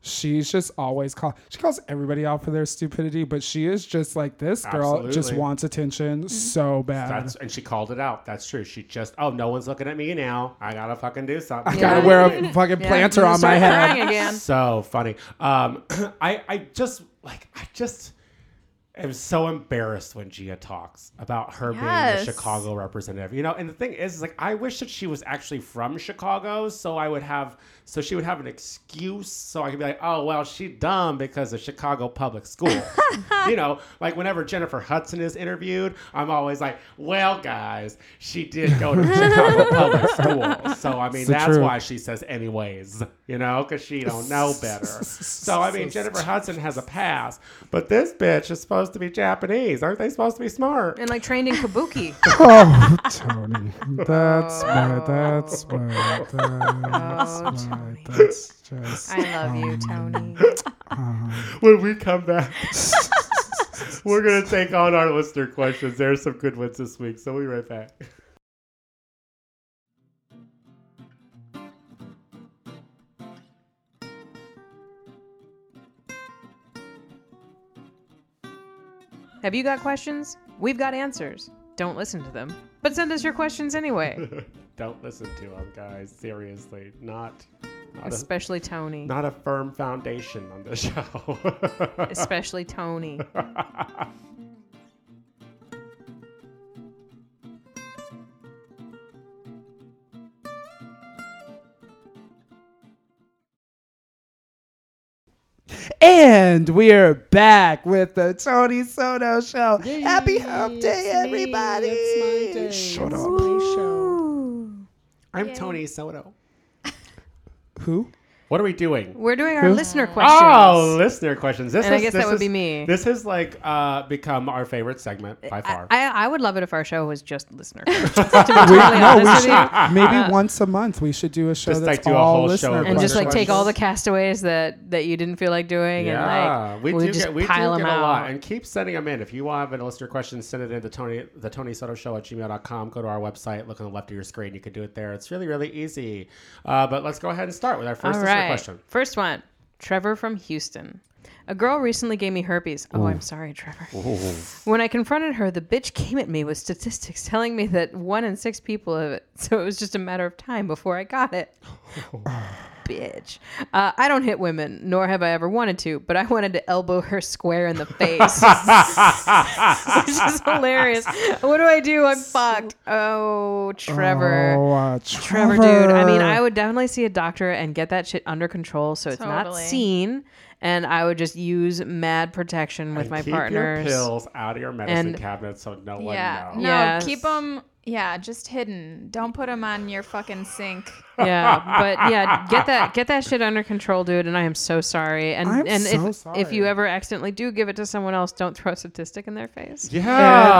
Speaker 2: She's just always call. She calls everybody out for their stupidity, but she is just like this girl just
Speaker 1: Absolutely.
Speaker 2: wants
Speaker 3: Mm-hmm.
Speaker 2: attention so bad.
Speaker 1: That's and she called it out. That's true. She just oh no one's looking at me now. I gotta fucking do something.
Speaker 2: I gotta wear a fucking planter on my head.
Speaker 3: Crying again.
Speaker 1: So funny. Um, I I just like I just am so embarrassed when Gia talks about her being
Speaker 4: Yes.
Speaker 1: the Chicago representative. You know, and the thing is, is like I wish that she was actually from Chicago, so I would have so she would have an excuse, so I could be like, oh well, she dumb because of Chicago public school. you know, like whenever Jennifer Hudson is interviewed, I'm always like, well, guys, she did go to Chicago public school, so I mean
Speaker 2: So
Speaker 1: that's
Speaker 2: true.
Speaker 1: why she says anyways, you know, because she don't know better. so I mean, Jennifer Hudson has a pass, but this bitch is supposed to be Japanese. Aren't they supposed to be smart?
Speaker 3: And like trained in kabuki.
Speaker 2: Oh, Tony, that's what. That's what. That's
Speaker 3: Oh, Tony.
Speaker 2: what. That's just. uh-huh.
Speaker 3: I love you, Tony.
Speaker 1: When we come back, we're gonna take on our listener questions. There's some good ones this week, so we'll be right back.
Speaker 3: Have you got questions? We've got answers. Don't listen to them, but send us your questions anyway.
Speaker 1: Don't listen to them, guys. Seriously, not not a,
Speaker 3: Especially Tony.
Speaker 1: not a firm foundation on the show.
Speaker 3: Especially Tony.
Speaker 2: And we're back with the Tony Soto Show. Happy Hump Day, everybody! Shut up.
Speaker 1: I'm Tony Soto.
Speaker 2: Who?
Speaker 1: What are we doing?
Speaker 3: We're doing our
Speaker 2: Who?
Speaker 3: listener questions.
Speaker 1: Oh, listener questions. This
Speaker 3: And I
Speaker 1: is,
Speaker 3: guess
Speaker 1: this
Speaker 3: that would
Speaker 1: is-
Speaker 3: be me.
Speaker 1: This has like uh, become our favorite segment by
Speaker 3: I,
Speaker 1: far.
Speaker 3: I, I would love it if our show was just listener questions. to be totally honest with you.
Speaker 2: Maybe once a month we should do a show
Speaker 1: Ah. Just,
Speaker 2: that's
Speaker 1: like, do a
Speaker 2: all
Speaker 1: whole show
Speaker 2: listener
Speaker 1: of
Speaker 3: and just like
Speaker 1: Listener
Speaker 3: take
Speaker 1: questions.
Speaker 3: all the castaways that that you didn't feel like doing and like
Speaker 1: we, do
Speaker 3: just
Speaker 1: get we do get
Speaker 3: pile
Speaker 1: a
Speaker 3: them out.
Speaker 1: lot, and keep sending them in. If you have a listener question, send it in to Tony the Tony Soto Show at gmail.com. Go to our website, look on the left of your screen. You can do it there. It's really really easy. Uh, but let's go ahead and start with our first
Speaker 3: All
Speaker 1: listener
Speaker 3: right.
Speaker 1: question.
Speaker 3: First one, Trevor from Houston. A girl recently gave me herpes. Oh, I'm sorry, Trevor. When I confronted her, the bitch came at me with statistics telling me that one in six people have it, so it was just a matter of time before I got it. bitch. Uh, I don't hit women, nor have I ever wanted to, but I wanted to elbow her square in the face. Which is hilarious. What do I do? I'm fucked. Oh, Trevor.
Speaker 2: Oh, uh,
Speaker 3: Trevor, dude. I mean, I would definitely see a doctor and get that shit under control so it's not
Speaker 4: Totally.
Speaker 3: seen. And I would just use mad protection with
Speaker 1: And
Speaker 3: my
Speaker 1: keep
Speaker 3: partners.
Speaker 1: your pills out of your medicine
Speaker 3: And-
Speaker 1: cabinet so no one
Speaker 4: yeah.
Speaker 1: knows.
Speaker 4: No,
Speaker 3: Yes.
Speaker 4: keep them. Yeah, just hidden. Don't put them on your fucking sink.
Speaker 3: yeah, but yeah, get that get that shit under control, dude. And I am so sorry. And
Speaker 2: I'm
Speaker 3: and
Speaker 2: so
Speaker 3: if
Speaker 2: sorry.
Speaker 3: if you ever accidentally do give it to someone else, don't throw a statistic in their face.
Speaker 1: Yeah.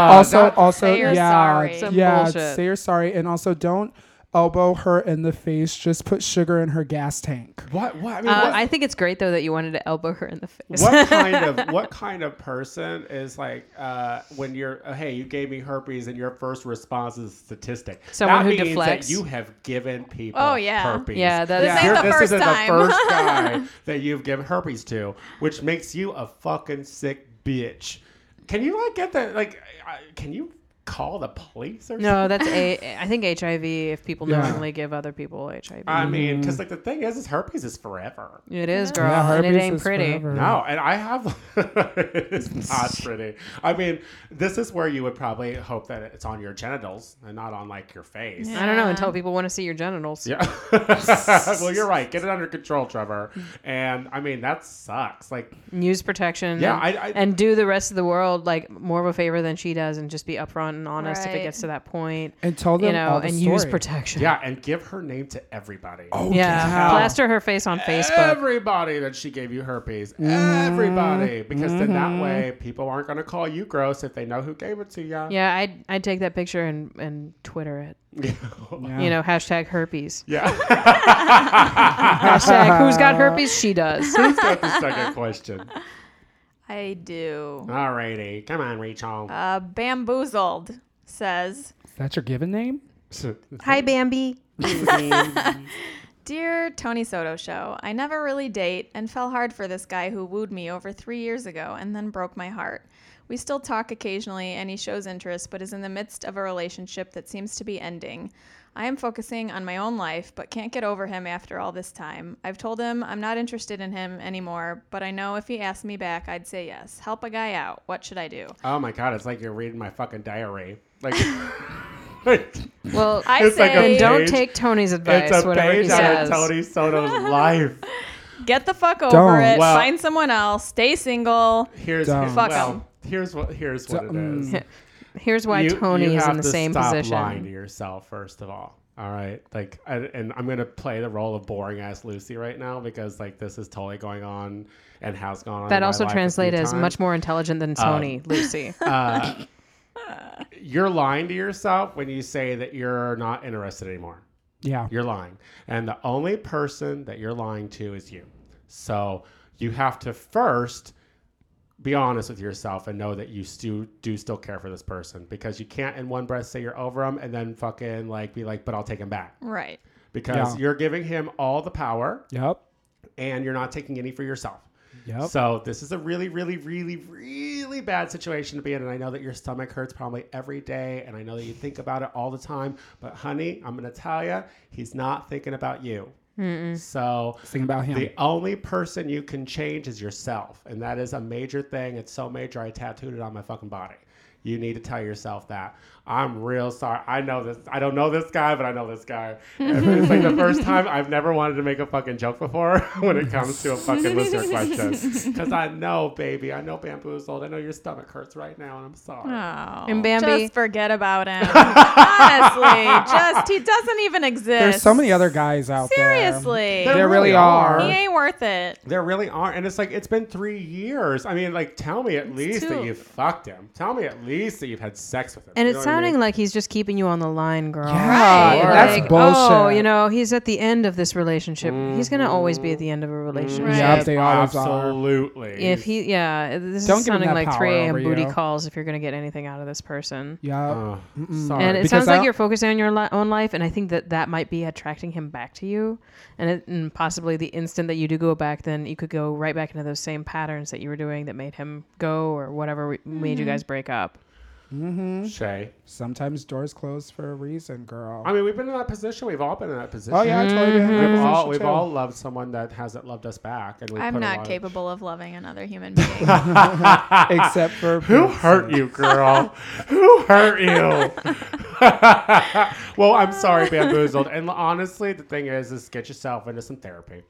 Speaker 2: And also,
Speaker 1: that-
Speaker 2: also,
Speaker 4: say you're
Speaker 2: yeah,
Speaker 4: sorry. Some
Speaker 2: yeah,
Speaker 3: bullshit.
Speaker 2: say you're sorry, and also don't elbow her in the face, just put sugar in her gas tank.
Speaker 1: What? What? I mean,
Speaker 3: Uh,
Speaker 1: what,
Speaker 3: I think it's great though that you wanted to elbow her in the face.
Speaker 1: what kind of what kind of person is like uh, when you're oh, hey you gave me herpes and your first response is statistic
Speaker 3: Someone
Speaker 1: that
Speaker 3: who
Speaker 1: means
Speaker 3: deflects.
Speaker 1: that you have given people
Speaker 4: Oh, yeah.
Speaker 1: herpes
Speaker 3: Yeah, that-
Speaker 4: This
Speaker 3: Yeah.
Speaker 4: ain't
Speaker 1: You're-
Speaker 4: the
Speaker 1: this
Speaker 4: first
Speaker 1: isn't
Speaker 4: time.
Speaker 1: the first guy that you've given herpes to, which makes you a fucking sick bitch. Can you like get that? Like, I- can you call the police or something?
Speaker 3: no, that's a. I think HIV. If people knowingly give other people HIV,
Speaker 1: I mean,
Speaker 3: Mm.
Speaker 1: because like the thing is, is herpes is forever.
Speaker 3: it is girl,
Speaker 2: Yeah,
Speaker 3: and it
Speaker 2: herpes
Speaker 3: ain't
Speaker 2: is
Speaker 3: pretty.
Speaker 2: forever.
Speaker 1: No, and I have. it's not pretty. I mean, this is where you would probably hope that it's on your genitals and not on like your face.
Speaker 3: I don't know until people want to see your genitals.
Speaker 1: Yeah. well, you're right. Get it under control, Trevor. And I mean, that sucks. Like,
Speaker 3: Use protection.
Speaker 1: Yeah,
Speaker 3: and,
Speaker 1: I- I-
Speaker 3: and do the rest of the world like more of a favor than she does, and just be upfront and honest if it
Speaker 4: Right.
Speaker 3: gets to that point.
Speaker 2: And tell them
Speaker 3: you know,
Speaker 2: all the
Speaker 3: and use
Speaker 2: story.
Speaker 3: protection.
Speaker 1: yeah, and give her name to everybody. Oh,
Speaker 3: yeah.
Speaker 2: yeah.
Speaker 3: Plaster her face on Facebook.
Speaker 1: Everybody that she gave you herpes. Everybody. Because then that way people aren't going to call you gross if they know who gave it to you.
Speaker 3: Yeah, I'd I'd take that picture and and Twitter it.
Speaker 1: Yeah.
Speaker 3: You know, hashtag herpes.
Speaker 1: yeah.
Speaker 3: Hashtag who's got herpes? She does.
Speaker 1: Let's go to the second question.
Speaker 4: I do.
Speaker 1: Alrighty. Come on, Rachel.
Speaker 4: Uh, bamboozled says,
Speaker 2: That's your given name?
Speaker 1: Uh,
Speaker 8: Hi, Bambi.
Speaker 4: Dear Tony Soto Show, I never really date and fell hard for this guy who wooed me over three years ago and then broke my heart. We still talk occasionally and he shows interest, but is in the midst of a relationship that seems to be ending. I am focusing on my own life, but can't get over him after all this time. I've told him I'm not interested in him anymore, but I know if he asked me back, I'd say yes. Help a guy out. What should I do?
Speaker 1: oh my God. It's like you're reading my fucking diary. Like,
Speaker 3: Well, I
Speaker 4: I
Speaker 1: It's like a
Speaker 4: say,
Speaker 1: page.
Speaker 3: don't take Tony's advice.
Speaker 1: it's a
Speaker 3: whatever he
Speaker 1: page out of
Speaker 3: says.
Speaker 1: Tony Soto's life.
Speaker 4: get the fuck over
Speaker 2: Don't.
Speaker 4: it.
Speaker 1: Well-
Speaker 4: Find someone else. Stay single.
Speaker 1: Here's,
Speaker 2: Dumb.
Speaker 1: here's-
Speaker 4: Fuck
Speaker 1: well,
Speaker 4: 'em.
Speaker 1: here's what here's what it
Speaker 2: Dumb.
Speaker 1: is.
Speaker 3: Here's why Tony is in
Speaker 1: have
Speaker 3: the
Speaker 1: to
Speaker 3: same
Speaker 1: stop
Speaker 3: position.
Speaker 1: Lying to yourself, first of all. All right, like, I, and I'm gonna play the role of boring ass Lucy right now because like this is totally going on and has gone on.
Speaker 3: That also translates as much more intelligent
Speaker 1: Uh,
Speaker 3: than Tony, Lucy.
Speaker 1: You're lying to yourself when you say that you're not interested anymore.
Speaker 2: Yeah.
Speaker 1: You're lying, and the only person that you're lying to is you. So you have to first be honest with yourself and know that you still do still care for this person because you can't in one breath say you're over him and then fucking like be like, but I'll take him back.
Speaker 4: Right.
Speaker 1: because
Speaker 2: Yeah.
Speaker 1: you're giving him all the power
Speaker 2: Yep.
Speaker 1: and you're not taking any for yourself.
Speaker 2: Yep.
Speaker 1: So this is a really, really, really, really bad situation to be in, and I know that your stomach hurts probably every day, and I know that you think about it all the time. But honey, I'm gonna tell you, he's not thinking about you. So
Speaker 2: Think about him.
Speaker 1: the only person you can change is yourself, and that is a major thing. It's so major I tattooed it on my fucking body. You need to tell yourself that. I'm real sorry. I know this. I don't know this guy, but I know this guy. And it's like the first time I've never wanted to make a fucking joke before when it comes to a fucking listener question. Because I know, baby. I know bamboozled. I know your stomach hurts right now, and I'm sorry.
Speaker 4: Oh,
Speaker 3: And Bambi-
Speaker 4: Just forget about him. Honestly, just he doesn't even exist.
Speaker 2: There's so many other guys out
Speaker 4: Seriously,
Speaker 2: there.
Speaker 1: There
Speaker 2: There really
Speaker 1: really
Speaker 2: are.
Speaker 1: are.
Speaker 4: he ain't worth it.
Speaker 1: There really are. And it's like, it's been three years. I mean, like, tell me at least that
Speaker 4: too-
Speaker 1: you've fucked him. Tell me at least that you've had sex with him.
Speaker 3: and
Speaker 1: You
Speaker 3: it's
Speaker 1: know what I mean?
Speaker 3: sounding like he's just keeping you on the line, girl.
Speaker 2: Yeah,
Speaker 1: Right.
Speaker 2: that's
Speaker 3: Like,
Speaker 2: bullshit.
Speaker 3: Oh, you know, he's at the end of this relationship. He's gonna always be at
Speaker 2: Mm-hmm.
Speaker 3: the end of a relationship.
Speaker 4: Right.
Speaker 2: Yep, they always are.
Speaker 1: Absolutely.
Speaker 3: If he, yeah, this
Speaker 2: Don't
Speaker 3: is
Speaker 2: give him
Speaker 3: sounding
Speaker 2: that
Speaker 3: like
Speaker 2: power
Speaker 3: 3 a.m.
Speaker 2: over
Speaker 3: booty
Speaker 2: you.
Speaker 3: calls. If you're gonna get anything out of this person,
Speaker 2: Yep.
Speaker 1: Oh, sorry.
Speaker 3: and it
Speaker 2: because
Speaker 3: sounds
Speaker 2: I-
Speaker 3: like you're focusing on your li- own life, and I think that that might be attracting him back to you, and, it, and possibly the instant that you do go back, then you could go right back into those same patterns that you were doing that made him go or whatever we- made
Speaker 2: Mm-hmm.
Speaker 3: you guys break up.
Speaker 1: Shay.
Speaker 2: Sometimes doors close for a reason, girl.
Speaker 1: I mean, we've been in that position. We've all been in that position.
Speaker 2: oh yeah, I totally
Speaker 3: Mm-hmm.
Speaker 2: been in that
Speaker 3: Mm.
Speaker 1: We've all,
Speaker 2: position,
Speaker 1: we've
Speaker 2: too.
Speaker 1: all loved someone that hasn't loved us back. And we
Speaker 4: I'm
Speaker 1: put a
Speaker 4: not
Speaker 1: lot
Speaker 4: capable of loving another human being.
Speaker 2: except for
Speaker 1: Of... Who hurt you, girl? Who hurt you? well, I'm sorry, bamboozled. And honestly, the thing is, is get yourself into some therapy.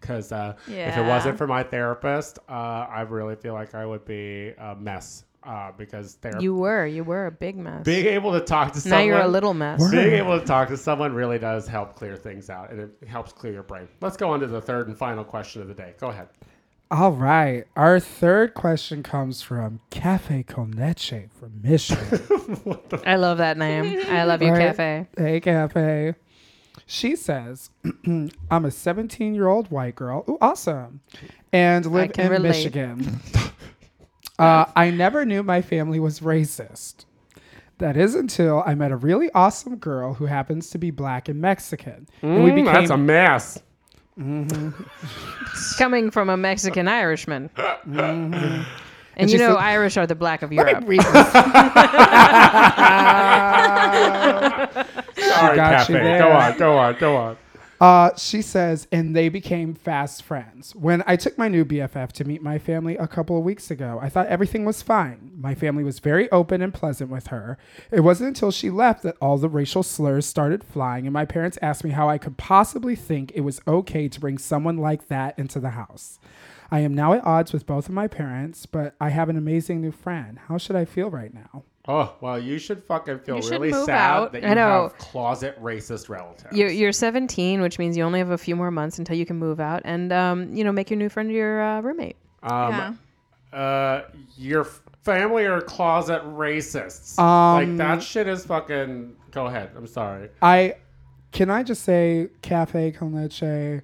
Speaker 1: Because uh, if it
Speaker 4: Yeah.
Speaker 1: wasn't for my therapist, uh, I really feel like I would be a mess. Uh, because therapy,
Speaker 3: You were, you were a big mess.
Speaker 1: being able to talk to
Speaker 3: now
Speaker 1: someone,
Speaker 3: you're a little mess.
Speaker 1: Being able to talk to someone really does help clear things out, and it helps clear your brain. Let's go on to the third and final question of the day. Go ahead.
Speaker 2: All right. Our third question comes from Cafe Con Leche from Michigan.
Speaker 3: I love that name. I love you,
Speaker 2: Right.
Speaker 3: cafe.
Speaker 2: hey, Cafe. She says, I'm a 17 year old white girl. Ooh, awesome. And live
Speaker 4: can
Speaker 2: in
Speaker 4: relate.
Speaker 2: Michigan. uh, I never knew my family was racist. That is until I met a really awesome girl who happens to be black and Mexican. and we
Speaker 1: Mm,
Speaker 2: became
Speaker 1: that's a mess.
Speaker 4: Coming from a Mexican Irishman.
Speaker 2: Mm-hmm.
Speaker 4: And
Speaker 2: she
Speaker 4: you know,
Speaker 2: said-
Speaker 4: Irish are the black of
Speaker 2: Let
Speaker 4: Europe.
Speaker 2: me read this.
Speaker 1: Sorry,
Speaker 2: got
Speaker 1: Cafe.
Speaker 2: you there.
Speaker 1: Go on, go on, go on.
Speaker 2: Uh, she says, and they became fast friends. When I took my new BFF to meet my family a couple of weeks ago, I thought everything was fine. My family was very open and pleasant with her. It wasn't until she left that all the racial slurs started flying, and my parents asked me how I could possibly think it was okay to bring someone like that into the house. I am now at odds with both of my parents, but I have an amazing new friend. How should I feel right now?
Speaker 1: Oh, well, you should fucking feel
Speaker 7: You should
Speaker 1: really
Speaker 7: move
Speaker 1: sad
Speaker 7: out.
Speaker 1: that
Speaker 4: I
Speaker 1: you
Speaker 4: know.
Speaker 1: have closet racist relatives.
Speaker 4: You're, you're 17, which means you only have a few more months until you can move out and, um, you know, make your new friend your uh, roommate.
Speaker 7: yeah.
Speaker 1: um, uh, your family are closet racists. like,
Speaker 2: Um,
Speaker 1: that shit is fucking. Go ahead. I'm sorry.
Speaker 2: I can I just say, Cafe Con Leche,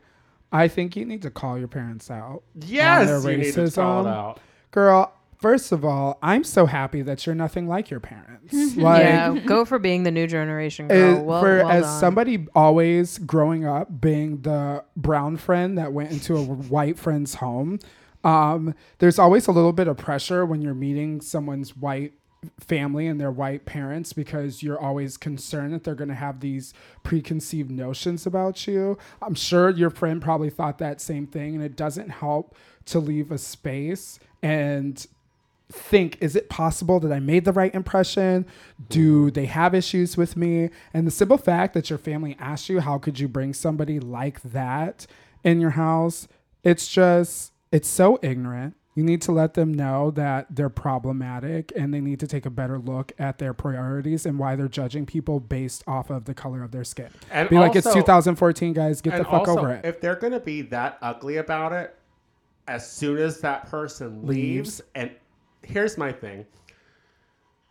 Speaker 2: I think you need to call your parents out.
Speaker 1: Yes,
Speaker 2: their
Speaker 1: you need to call it
Speaker 2: racism.
Speaker 1: out.
Speaker 2: Girl, first of all, I'm so happy that you're nothing like your parents. Like
Speaker 4: yeah, go for being the new generation girl.
Speaker 2: it-
Speaker 4: well,
Speaker 2: for
Speaker 4: well
Speaker 2: as
Speaker 4: done.
Speaker 2: somebody always growing up being the brown friend that went into a white friend's home, um, there's always a little bit of pressure when you're meeting someone's white family and their white parents because you're always concerned that they're going to have these preconceived notions about you. I'm sure your friend probably thought that same thing, and it doesn't help to leave a space and think is it possible that I made the right impression?
Speaker 1: Mm-hmm.
Speaker 2: Do they have issues with me? And the simple fact that your family asked you, how could you bring somebody like that in your house? It's just, it's so ignorant. You need to let them know that they're problematic and they need to take a better look at their priorities and why they're judging people based off of the color of their skin.
Speaker 1: And
Speaker 2: Be like, it's
Speaker 1: also-
Speaker 2: 2014, guys. Get the
Speaker 1: And
Speaker 2: fuck
Speaker 1: also,
Speaker 2: over it.
Speaker 1: if they're going to be that ugly about it, as soon as that person leaves, and here's my thing.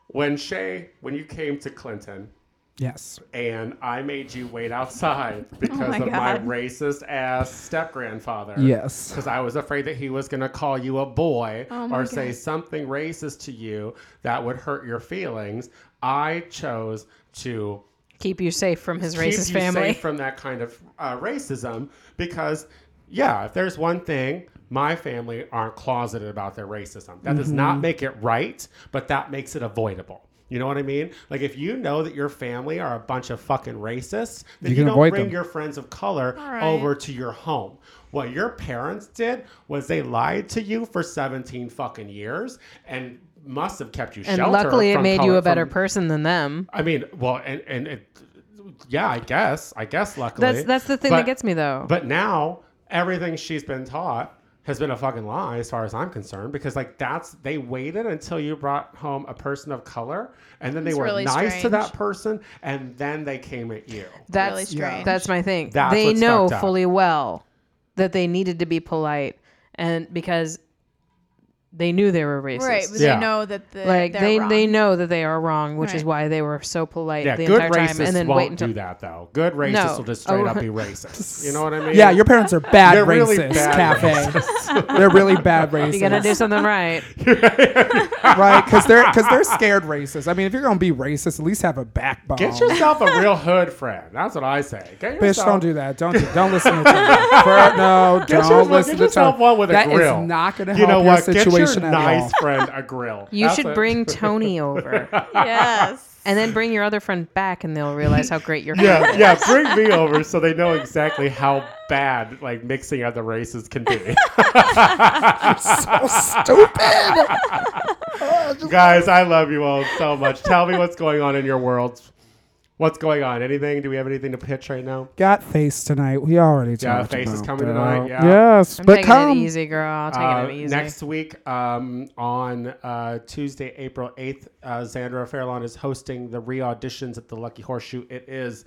Speaker 1: When Shay, when you came to Clinton,
Speaker 2: yes.
Speaker 1: and I made you wait outside because
Speaker 7: Oh my
Speaker 1: of my
Speaker 7: God.
Speaker 1: racist ass step grandfather.
Speaker 2: Yes.
Speaker 1: Because I was afraid that he was going to call you a boy
Speaker 7: Oh my
Speaker 1: or say something racist to you that would hurt your feelings. I chose to
Speaker 4: keep you safe from his
Speaker 1: keep
Speaker 4: racist
Speaker 1: you
Speaker 4: family.
Speaker 1: safe from that kind of uh, racism because yeah if there's one thing my family aren't closeted about their racism that does
Speaker 4: Mm-hmm.
Speaker 1: not make it right but that makes it avoidable you know what I mean? Like if you know that your family are a bunch of fucking racists, then
Speaker 2: You
Speaker 1: you,
Speaker 2: can
Speaker 1: don't
Speaker 2: avoid
Speaker 1: bring
Speaker 2: them.
Speaker 1: your friends of color
Speaker 7: right.
Speaker 1: over to your home. What your parents did was they lied to you for 17 fucking years and must have kept you
Speaker 4: and
Speaker 1: sheltered.
Speaker 4: luckily, it
Speaker 1: from
Speaker 4: made you
Speaker 1: color-
Speaker 4: a better
Speaker 1: from-
Speaker 4: person than them.
Speaker 1: I mean, well, and and it, yeah, I guess, I guess. Luckily,
Speaker 4: That's that's the thing
Speaker 1: But-
Speaker 4: that gets me though.
Speaker 1: But now everything she's been taught has been a fucking lie, as far as I'm concerned, because like that's they waited until you brought home a person of color, and then they
Speaker 7: It's
Speaker 1: were
Speaker 7: really
Speaker 1: nice to that
Speaker 7: strange.
Speaker 1: person, and then they came at you.
Speaker 4: that's
Speaker 7: really strange.
Speaker 4: that's my thing.
Speaker 1: That's
Speaker 4: they
Speaker 1: what's
Speaker 4: know
Speaker 1: fucked up.
Speaker 4: fully well that they needed to be polite, and because they knew they were racist.
Speaker 7: Right, but
Speaker 1: Yeah.
Speaker 7: they know that the,
Speaker 4: like
Speaker 7: they're
Speaker 4: they,
Speaker 7: wrong.
Speaker 4: they know that they are wrong, which is
Speaker 7: Right.
Speaker 4: why they were so polite
Speaker 1: Yeah,
Speaker 4: the
Speaker 1: good
Speaker 4: entire time,
Speaker 1: racists
Speaker 4: and then
Speaker 1: won't
Speaker 4: wait until
Speaker 1: do that though. Good racists
Speaker 4: No.
Speaker 1: will just straight
Speaker 4: Oh.
Speaker 1: up be racist. You know what I mean?
Speaker 2: Yeah, your parents are bad
Speaker 1: They're
Speaker 2: racists,
Speaker 1: really bad
Speaker 2: Cafe. They're really bad racists.
Speaker 4: you gotta do something right.
Speaker 2: right? Because they're because they're scared racist. I mean, if you're gonna be racist, at least have a backbone.
Speaker 1: Get yourself a real hood friend. That's what I say. Get
Speaker 2: Bitch,
Speaker 1: yourself-
Speaker 2: don't do that. Don't do, don't listen to Tony. Bro, no,
Speaker 1: Get
Speaker 2: don't
Speaker 1: yourself-
Speaker 2: listen
Speaker 1: get
Speaker 2: to
Speaker 1: yourself
Speaker 2: Tony.
Speaker 1: one with a
Speaker 2: That is
Speaker 1: grill.
Speaker 2: not going to help
Speaker 1: You know
Speaker 2: your
Speaker 1: what? Get
Speaker 2: situation
Speaker 1: your
Speaker 2: at
Speaker 1: nice
Speaker 2: all.
Speaker 1: friend a grill.
Speaker 4: You
Speaker 1: That's
Speaker 4: should
Speaker 1: it.
Speaker 4: bring Tony over,
Speaker 7: yes.
Speaker 4: and then bring your other friend back, and they'll realize how great your friend
Speaker 1: yeah, yeah. Bring me over so they know exactly how bad like mixing other races can be.
Speaker 2: So stupid.
Speaker 1: Guys, I love you all so much. Tell me what's going on in your worlds. What's going on? Anything? Do we have anything to pitch right now?
Speaker 2: Got face tonight. We already
Speaker 1: Yeah,
Speaker 2: talked
Speaker 1: Face is
Speaker 2: about
Speaker 1: coming
Speaker 2: that.
Speaker 1: tonight, yeah.
Speaker 2: Yes,
Speaker 4: I'm
Speaker 2: but
Speaker 4: taking
Speaker 2: come.
Speaker 4: it easy, girl. I'll take
Speaker 1: Uh,
Speaker 4: it easy.
Speaker 1: next week um, on uh, Tuesday, April 8th, uh, Xandra Fairlawn is hosting the re auditions at the Lucky Horseshoe. It is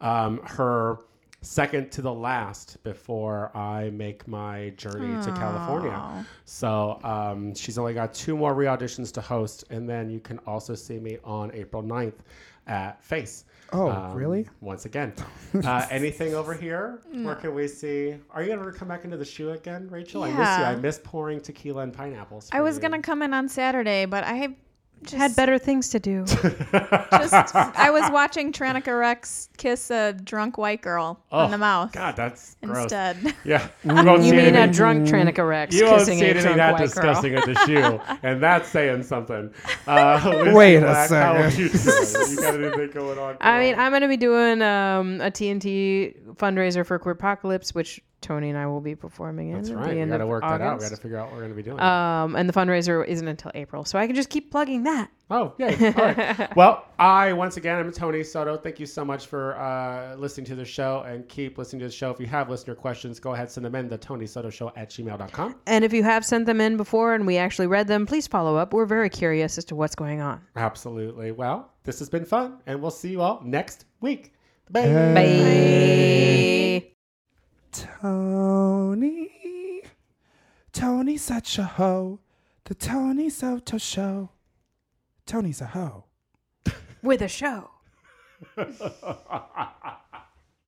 Speaker 1: um, her second to the last before I make my journey to California. So um, she's only got two more re auditions to host. And then you can also see me on April 9th at Face. Um,
Speaker 2: Oh, really?
Speaker 1: Once again. Uh, anything over here?
Speaker 4: Mm.
Speaker 1: Where can we see? Are you ever come back into the shoe again, Rachel? I miss you.
Speaker 4: Yeah.
Speaker 1: I miss pouring tequila and pineapples.
Speaker 4: I
Speaker 1: for
Speaker 4: was
Speaker 1: you.
Speaker 4: gonna come in on Saturday, but I just,
Speaker 3: Had better things to do.
Speaker 4: just I was watching Tyrannica Rex kiss a drunk white girl on the mouth
Speaker 1: Oh, God, that's gross.
Speaker 4: instead.
Speaker 1: Yeah. You, won't see
Speaker 3: You mean a
Speaker 1: anything-
Speaker 3: drunk Tranica Rex
Speaker 1: you won't
Speaker 3: kissing
Speaker 1: see
Speaker 3: a
Speaker 1: anything
Speaker 3: drunk
Speaker 1: that
Speaker 3: white girl?
Speaker 1: disgusting at the shoe, and that's saying something. Uh, Lucy
Speaker 2: Wait a
Speaker 1: Black, how are
Speaker 2: second.
Speaker 1: you doing? You got anything going on?
Speaker 3: I mean, I'm going to be doing um, a TNT fundraiser for Queerpocalypse, which Tony and I will be performing in.
Speaker 1: that's
Speaker 3: at the
Speaker 1: right. We
Speaker 3: end
Speaker 1: got to
Speaker 3: of
Speaker 1: work that out. We
Speaker 3: August.
Speaker 1: got to figure out what we're going to be doing.
Speaker 3: um, and the fundraiser isn't until April, so I can just keep plugging that.
Speaker 1: Oh, yay. All right. well, I, once again, I'm Tony Soto. Thank you so much for uh, listening to the show and keep listening to the show. If you have listener questions, go ahead, send them in. The Tony Soto Show at gmail.com.
Speaker 3: And if you have sent them in before and we actually read them, please follow up. We're very curious as to what's going on.
Speaker 1: Absolutely. Well, this has been fun, and we'll see you all next week. Bye.
Speaker 3: Bye.
Speaker 2: Tony. Tony's such a hoe. The Tony Soto Show. Tony's a hoe.
Speaker 9: With a show.